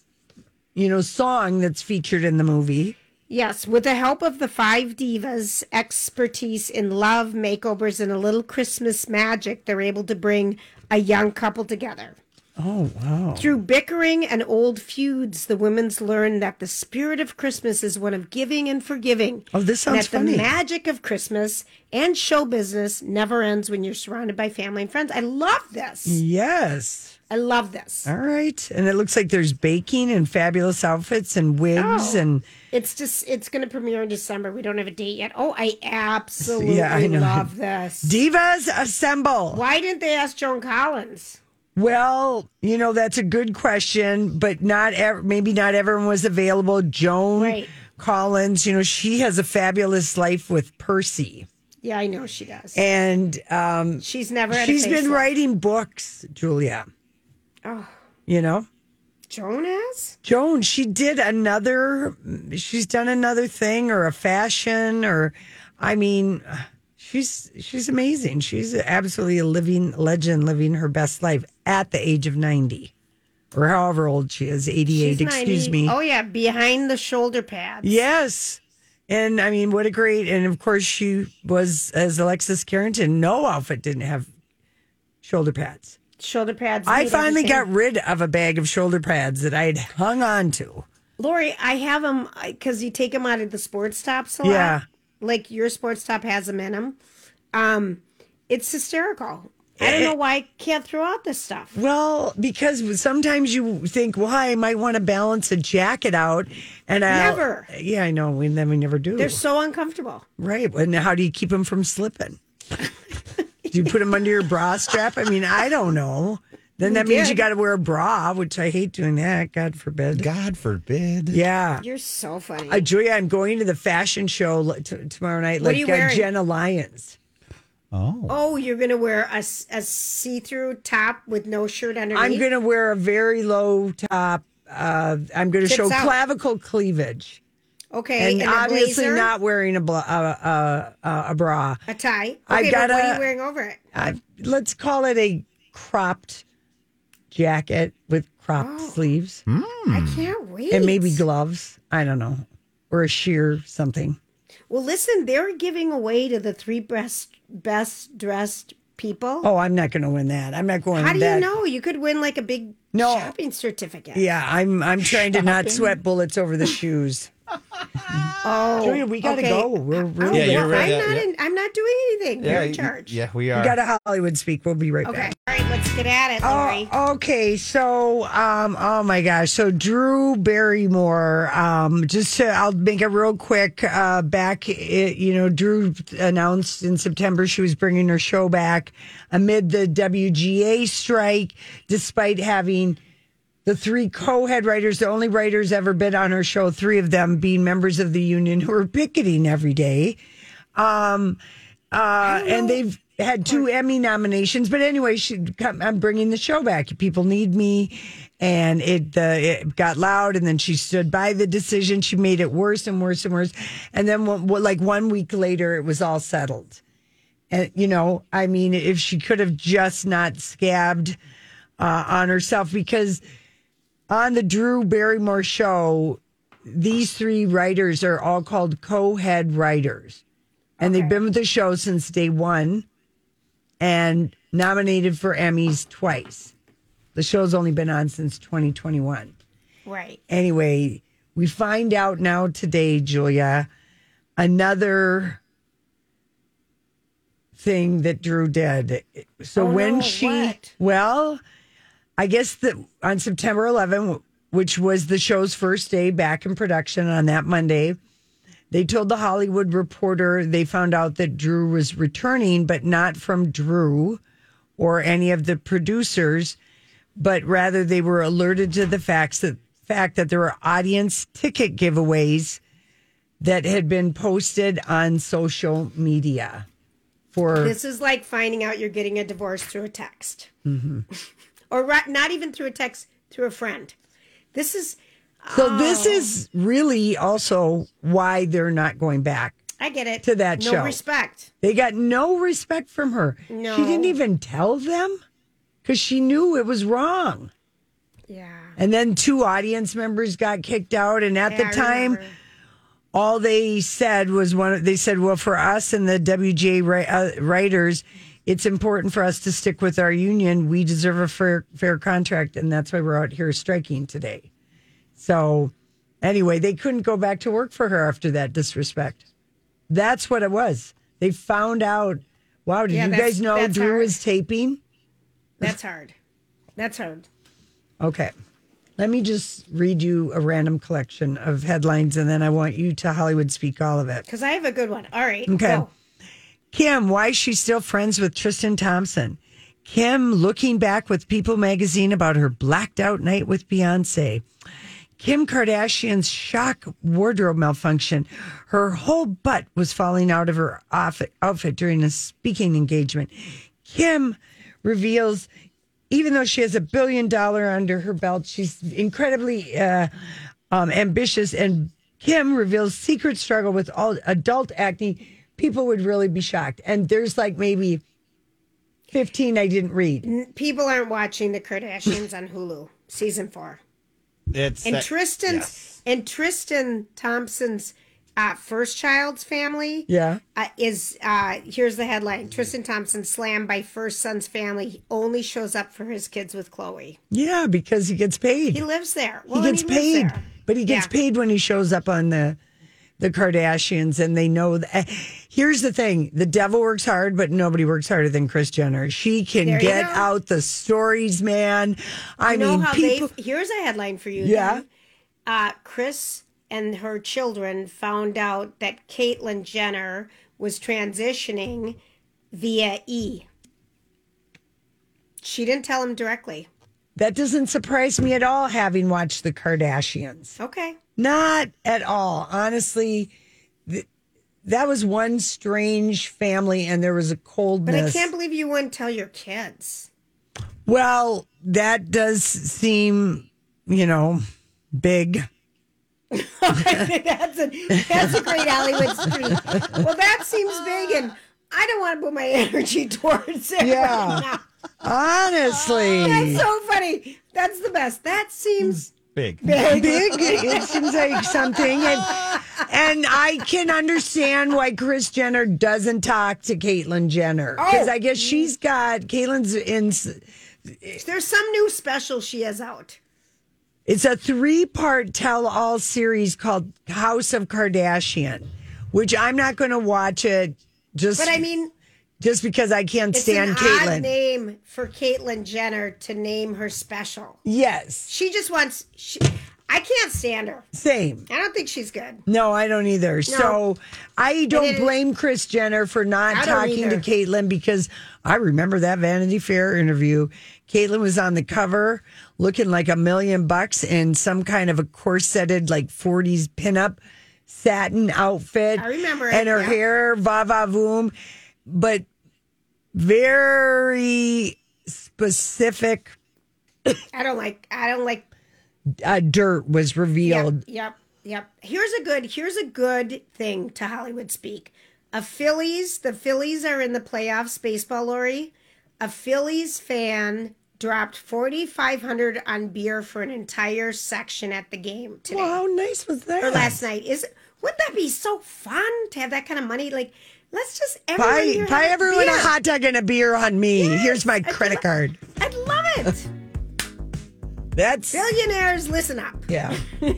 [SPEAKER 2] you know, song that's featured in the movie.
[SPEAKER 3] Yes, with the help of the five divas' expertise in love, makeovers, and a little Christmas magic, they're able to bring a young couple together.
[SPEAKER 2] Oh, wow.
[SPEAKER 3] Through bickering and old feuds, the women's learn that the spirit of Christmas is one of giving and forgiving.
[SPEAKER 2] Oh, this
[SPEAKER 3] and
[SPEAKER 2] sounds
[SPEAKER 3] that
[SPEAKER 2] funny.
[SPEAKER 3] The magic of Christmas and show business never ends when you're surrounded by family and friends. I love
[SPEAKER 2] Mm.
[SPEAKER 3] this.
[SPEAKER 2] Yes.
[SPEAKER 3] I love this.
[SPEAKER 2] All right. And it looks like there's baking and fabulous outfits and wigs
[SPEAKER 3] Oh.
[SPEAKER 2] and
[SPEAKER 3] It's just it's going to premiere in December. We don't have a date yet. Oh, I absolutely
[SPEAKER 2] Yeah, I know.
[SPEAKER 3] love this.
[SPEAKER 2] divas assemble.
[SPEAKER 3] Why didn't they ask Joan Collins?
[SPEAKER 2] Well, you know that's a good question, but not ev- maybe not everyone was available. Joan
[SPEAKER 3] Right.
[SPEAKER 2] Collins, you know, she has a fabulous life with Percy,
[SPEAKER 3] Yeah, I know she does.
[SPEAKER 2] and um,
[SPEAKER 3] she's never. Had
[SPEAKER 2] she's
[SPEAKER 3] a
[SPEAKER 2] been
[SPEAKER 3] facelift.
[SPEAKER 2] writing books, Julia.
[SPEAKER 3] Oh.
[SPEAKER 2] You know,
[SPEAKER 3] Joan has.
[SPEAKER 2] Joan, she did another, she's done another thing or a fashion or, I mean, she's she's amazing. She's absolutely a living legend, living her best life at the age of ninety, or however old she is, eighty eight.
[SPEAKER 3] She's
[SPEAKER 2] Excuse
[SPEAKER 3] 90.
[SPEAKER 2] me.
[SPEAKER 3] Oh yeah, behind the shoulder pads.
[SPEAKER 2] Yes. And I mean, what a great, and of course, she was, as Alexis Carrington, no outfit didn't have shoulder pads.
[SPEAKER 3] Shoulder pads.
[SPEAKER 2] I
[SPEAKER 3] made
[SPEAKER 2] finally
[SPEAKER 3] everything.
[SPEAKER 2] got rid of a bag of shoulder pads that I had hung on to.
[SPEAKER 3] Lori, I have them because you take them out of the sports tops a lot.
[SPEAKER 2] Yeah.
[SPEAKER 3] Like your sports top has them in them. Um, it's hysterical. I
[SPEAKER 2] Eh.
[SPEAKER 3] don't know why I can't throw out this stuff.
[SPEAKER 2] Well, because sometimes you think, well, I might want to balance a jacket out, and I
[SPEAKER 3] Never.
[SPEAKER 2] Yeah, I know. And then we never do.
[SPEAKER 3] They're so uncomfortable.
[SPEAKER 2] right. And how do you keep them from slipping? do you put them under your bra strap? I mean, I don't know. Then that means you
[SPEAKER 3] did.
[SPEAKER 2] got to wear a bra, which I hate doing that. God forbid.
[SPEAKER 1] God forbid.
[SPEAKER 2] Yeah.
[SPEAKER 3] You're so funny.
[SPEAKER 2] Uh, Julia, I'm going to the fashion show li- t- tomorrow night.
[SPEAKER 3] What are
[SPEAKER 2] like
[SPEAKER 3] you
[SPEAKER 2] uh,
[SPEAKER 3] wearing?
[SPEAKER 2] Jenna Lyons.
[SPEAKER 3] oh, you're gonna wear a, s- a see-through top with no shirt underneath.
[SPEAKER 2] I'm going to wear a very low top. Uh, I'm going to
[SPEAKER 3] Tits
[SPEAKER 2] show
[SPEAKER 3] out.
[SPEAKER 2] clavicle cleavage.
[SPEAKER 3] okay,
[SPEAKER 2] and,
[SPEAKER 3] and, a
[SPEAKER 2] obviously
[SPEAKER 3] blazer,
[SPEAKER 2] not wearing a bl- uh, uh, uh, a bra.
[SPEAKER 3] a tie. Okay,
[SPEAKER 2] I
[SPEAKER 3] but what
[SPEAKER 2] gotta-
[SPEAKER 3] are you wearing over it?
[SPEAKER 2] I, let's call it a cropped jacket with cropped
[SPEAKER 3] Oh,
[SPEAKER 2] sleeves
[SPEAKER 3] hmm. I can't wait.
[SPEAKER 2] Hmm. and maybe gloves. I don't know, or a sheer something.
[SPEAKER 3] Well, listen, they're giving away to the three best best dressed people.
[SPEAKER 2] Oh, I'm not going to win that. I'm not going.
[SPEAKER 3] How do
[SPEAKER 2] that.
[SPEAKER 3] you know? You could win like a big
[SPEAKER 2] No.
[SPEAKER 3] shopping certificate.
[SPEAKER 2] Yeah, I'm. I'm trying to not sweat bullets over the shoes.
[SPEAKER 3] Oh,
[SPEAKER 2] Julia, we gotta
[SPEAKER 3] okay.
[SPEAKER 2] go. We're really
[SPEAKER 1] Yeah, you're
[SPEAKER 3] I'm
[SPEAKER 1] right.
[SPEAKER 3] not.
[SPEAKER 1] Yeah,
[SPEAKER 3] In, I'm not doing anything. you're in charge.
[SPEAKER 1] Yeah, we are.
[SPEAKER 2] we got to Hollywood speak. We'll be right
[SPEAKER 3] Okay.
[SPEAKER 2] back.
[SPEAKER 3] All right. Let's get at it, Lori.
[SPEAKER 2] Oh, okay. So, um, oh my gosh. So Drew Barrymore, um, just to, I'll make it real quick. Uh, back, it, you know, Drew announced in September she was bringing her show back amid the WGA strike, despite having the three co-head writers, the only writers ever been on her show, three of them being members of the union who are picketing every day. Um, uh, and they've had two Emmy nominations, but anyway, she, come, I'm bringing the show back. People need me, and it the it got loud, and then she stood by the decision. She made it worse and worse and worse, and then one, what, like one week later, it was all settled. And you know, I mean, if she could have just not scabbed uh, on herself, because on the Drew Barrymore show, these three writers are all called co-head writers and they've been with the show since day one and nominated for Emmys twice. The show's only been on since 2021.
[SPEAKER 3] Right.
[SPEAKER 2] Anyway, we find out now today, Julia, another thing that Drew did. So
[SPEAKER 3] Oh,
[SPEAKER 2] when
[SPEAKER 3] no,
[SPEAKER 2] she,
[SPEAKER 3] what?
[SPEAKER 2] well, I guess that on September 11, which was the show's first day back in production on that Monday, they told the Hollywood Reporter they found out that Drew was returning, but not from Drew or any of the producers, but rather they were alerted to the facts that fact that there were audience ticket giveaways that had been posted on social media for
[SPEAKER 3] This is like finding out you're getting a divorce through a text,
[SPEAKER 2] Mm-hmm.
[SPEAKER 3] or ri- not even through a text, through a friend. This is.
[SPEAKER 2] so this
[SPEAKER 3] Oh.
[SPEAKER 2] is really also why they're not going back
[SPEAKER 3] I get it.
[SPEAKER 2] to that
[SPEAKER 3] no
[SPEAKER 2] show.
[SPEAKER 3] respect.
[SPEAKER 2] They got no respect from her.
[SPEAKER 3] No.
[SPEAKER 2] She didn't even tell them because she knew it was wrong.
[SPEAKER 3] Yeah.
[SPEAKER 2] And then two audience members got kicked out. And at
[SPEAKER 3] Yeah, I
[SPEAKER 2] the time,
[SPEAKER 3] remember.
[SPEAKER 2] all they said was one. They said, "Well, for us and the WJ ri- uh, writers, it's important for us to stick with our union. We deserve a fair fair contract, and that's why we're out here striking today." So, anyway, they couldn't go back to work for her after that disrespect. That's what it was. They found out. Wow, did
[SPEAKER 3] Yeah,
[SPEAKER 2] you
[SPEAKER 3] that's-
[SPEAKER 2] guys know
[SPEAKER 3] that's
[SPEAKER 2] Drew
[SPEAKER 3] hard.
[SPEAKER 2] is taping?
[SPEAKER 3] That's hard. That's hard.
[SPEAKER 2] Okay. Let me just read you a random collection of headlines and then I want you to Hollywood speak all of it.
[SPEAKER 3] Because I have a good one. All right.
[SPEAKER 2] Okay.
[SPEAKER 3] go.
[SPEAKER 2] Kim, why is she still friends with Tristan Thompson? Kim looking back with People magazine about her blacked out night with Beyonce. Kim Kardashian's shock wardrobe malfunction. Her whole butt was falling out of her off- outfit during a speaking engagement. Kim reveals, even though she has a billion dollar under her belt, she's incredibly uh, um, ambitious. And Kim reveals secret struggle with all adult acne. People would really be shocked. And there's like maybe 15 I didn't read.
[SPEAKER 3] N- People aren't watching the Kardashians on Hulu season four.
[SPEAKER 1] It's
[SPEAKER 3] and
[SPEAKER 1] that-
[SPEAKER 3] Tristan's and Tristan Thompson's uh, first child's family.
[SPEAKER 2] Yeah.
[SPEAKER 3] Uh, is uh, here's the headline: Tristan Thompson slammed by first son's family. He only shows up for his kids with Chloe.
[SPEAKER 2] Yeah, because he gets paid.
[SPEAKER 3] He lives there.
[SPEAKER 2] he
[SPEAKER 3] Well, and
[SPEAKER 2] gets paid,
[SPEAKER 3] lives there.
[SPEAKER 2] but he gets
[SPEAKER 3] Yeah.
[SPEAKER 2] paid when he shows up on the the Kardashians, and they know that. Here's the thing: the devil works hard, but nobody works harder than Kris Jenner. She can
[SPEAKER 3] There you
[SPEAKER 2] get
[SPEAKER 3] go.
[SPEAKER 2] out the stories, man. I
[SPEAKER 3] You know
[SPEAKER 2] mean,
[SPEAKER 3] how
[SPEAKER 2] people.
[SPEAKER 3] they? Here's a headline for you.
[SPEAKER 2] Yeah.
[SPEAKER 3] then. Uh, Chris and her children found out that Caitlyn Jenner was transitioning via E. She didn't tell him directly.
[SPEAKER 2] that doesn't surprise me at all, having watched the Kardashians.
[SPEAKER 3] Okay.
[SPEAKER 2] Not at all. Honestly, th- that was one strange family, and there was a
[SPEAKER 3] But
[SPEAKER 2] coldness.
[SPEAKER 3] I can't believe you wouldn't tell your kids.
[SPEAKER 2] Well, that does seem, you know, big.
[SPEAKER 3] that's, a, that's a great Hollywood street. Well, that seems big, and I don't want to put my energy towards it.
[SPEAKER 2] Yeah.
[SPEAKER 3] Right now.
[SPEAKER 2] Honestly.
[SPEAKER 3] Oh, That's so funny. That's the best. That seems
[SPEAKER 1] big.
[SPEAKER 2] big. It seems like something. And, and I can understand why Chris Jenner doesn't talk to Caitlyn Jenner.
[SPEAKER 3] Oh.
[SPEAKER 2] Because I guess she's got, Caitlyn's in,
[SPEAKER 3] there's some new special she has out.
[SPEAKER 2] it's a three part tell all series called House of Kardashian, which I'm not going to watch it just,
[SPEAKER 3] But I mean,
[SPEAKER 2] just because I can't
[SPEAKER 3] it's
[SPEAKER 2] stand
[SPEAKER 3] an odd
[SPEAKER 2] Caitlyn.
[SPEAKER 3] name for Caitlyn Jenner to name her special.
[SPEAKER 2] Yes,
[SPEAKER 3] She just wants. She, I can't stand her.
[SPEAKER 2] same.
[SPEAKER 3] I don't think she's good.
[SPEAKER 2] No, I don't either. So I don't
[SPEAKER 3] it-
[SPEAKER 2] blame Chris Jenner for not
[SPEAKER 3] I don't
[SPEAKER 2] talking to
[SPEAKER 3] either.
[SPEAKER 2] Caitlyn because I remember that Vanity Fair interview. Caitlyn was on the cover looking like a million bucks in some kind of a corseted like 40s pinup satin outfit.
[SPEAKER 3] I remember it,
[SPEAKER 2] And her
[SPEAKER 3] yeah.
[SPEAKER 2] hair, va va voom, but very specific
[SPEAKER 3] I don't like. I don't like
[SPEAKER 2] uh, dirt was revealed.
[SPEAKER 3] Yep, yep, yep. Here's a good here's a good thing to Hollywood speak. A Phillies, the Phillies are in the playoffs baseball lorry. A Phillies fan dropped 4500 on beer for an entire section at the game today
[SPEAKER 2] Well, how nice was that?
[SPEAKER 3] or last night. Is wouldn't that be so fun to have that kind of money like let's just everyone
[SPEAKER 2] buy,
[SPEAKER 3] here
[SPEAKER 2] buy
[SPEAKER 3] have
[SPEAKER 2] everyone a
[SPEAKER 3] beer.
[SPEAKER 2] hot dog and a beer on me. Here's my credit card.
[SPEAKER 3] I love it.
[SPEAKER 2] That's
[SPEAKER 3] Billionaires, listen up.
[SPEAKER 2] yeah.
[SPEAKER 3] All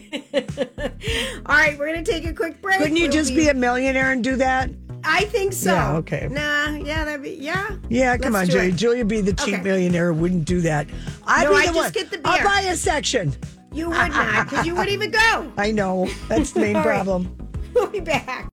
[SPEAKER 3] right, we're going to take a quick break.
[SPEAKER 2] Couldn't you
[SPEAKER 3] We'll
[SPEAKER 2] just be a millionaire and do that?
[SPEAKER 3] I think so.
[SPEAKER 2] Yeah, okay.
[SPEAKER 3] Nah, yeah, that'd be, yeah.
[SPEAKER 2] Yeah, come
[SPEAKER 3] Let's
[SPEAKER 2] on,
[SPEAKER 3] do
[SPEAKER 2] Julia.
[SPEAKER 3] it.
[SPEAKER 2] Julia be the cheap
[SPEAKER 3] Okay.
[SPEAKER 2] millionaire wouldn't do that. I'd
[SPEAKER 3] No,
[SPEAKER 2] be
[SPEAKER 3] I
[SPEAKER 2] the
[SPEAKER 3] just
[SPEAKER 2] one.
[SPEAKER 3] get the
[SPEAKER 2] I'll
[SPEAKER 3] beer.
[SPEAKER 2] buy a section.
[SPEAKER 3] You would not, because you wouldn't even go.
[SPEAKER 2] I know. That's the main
[SPEAKER 3] All right.
[SPEAKER 2] problem.
[SPEAKER 3] We'll be back.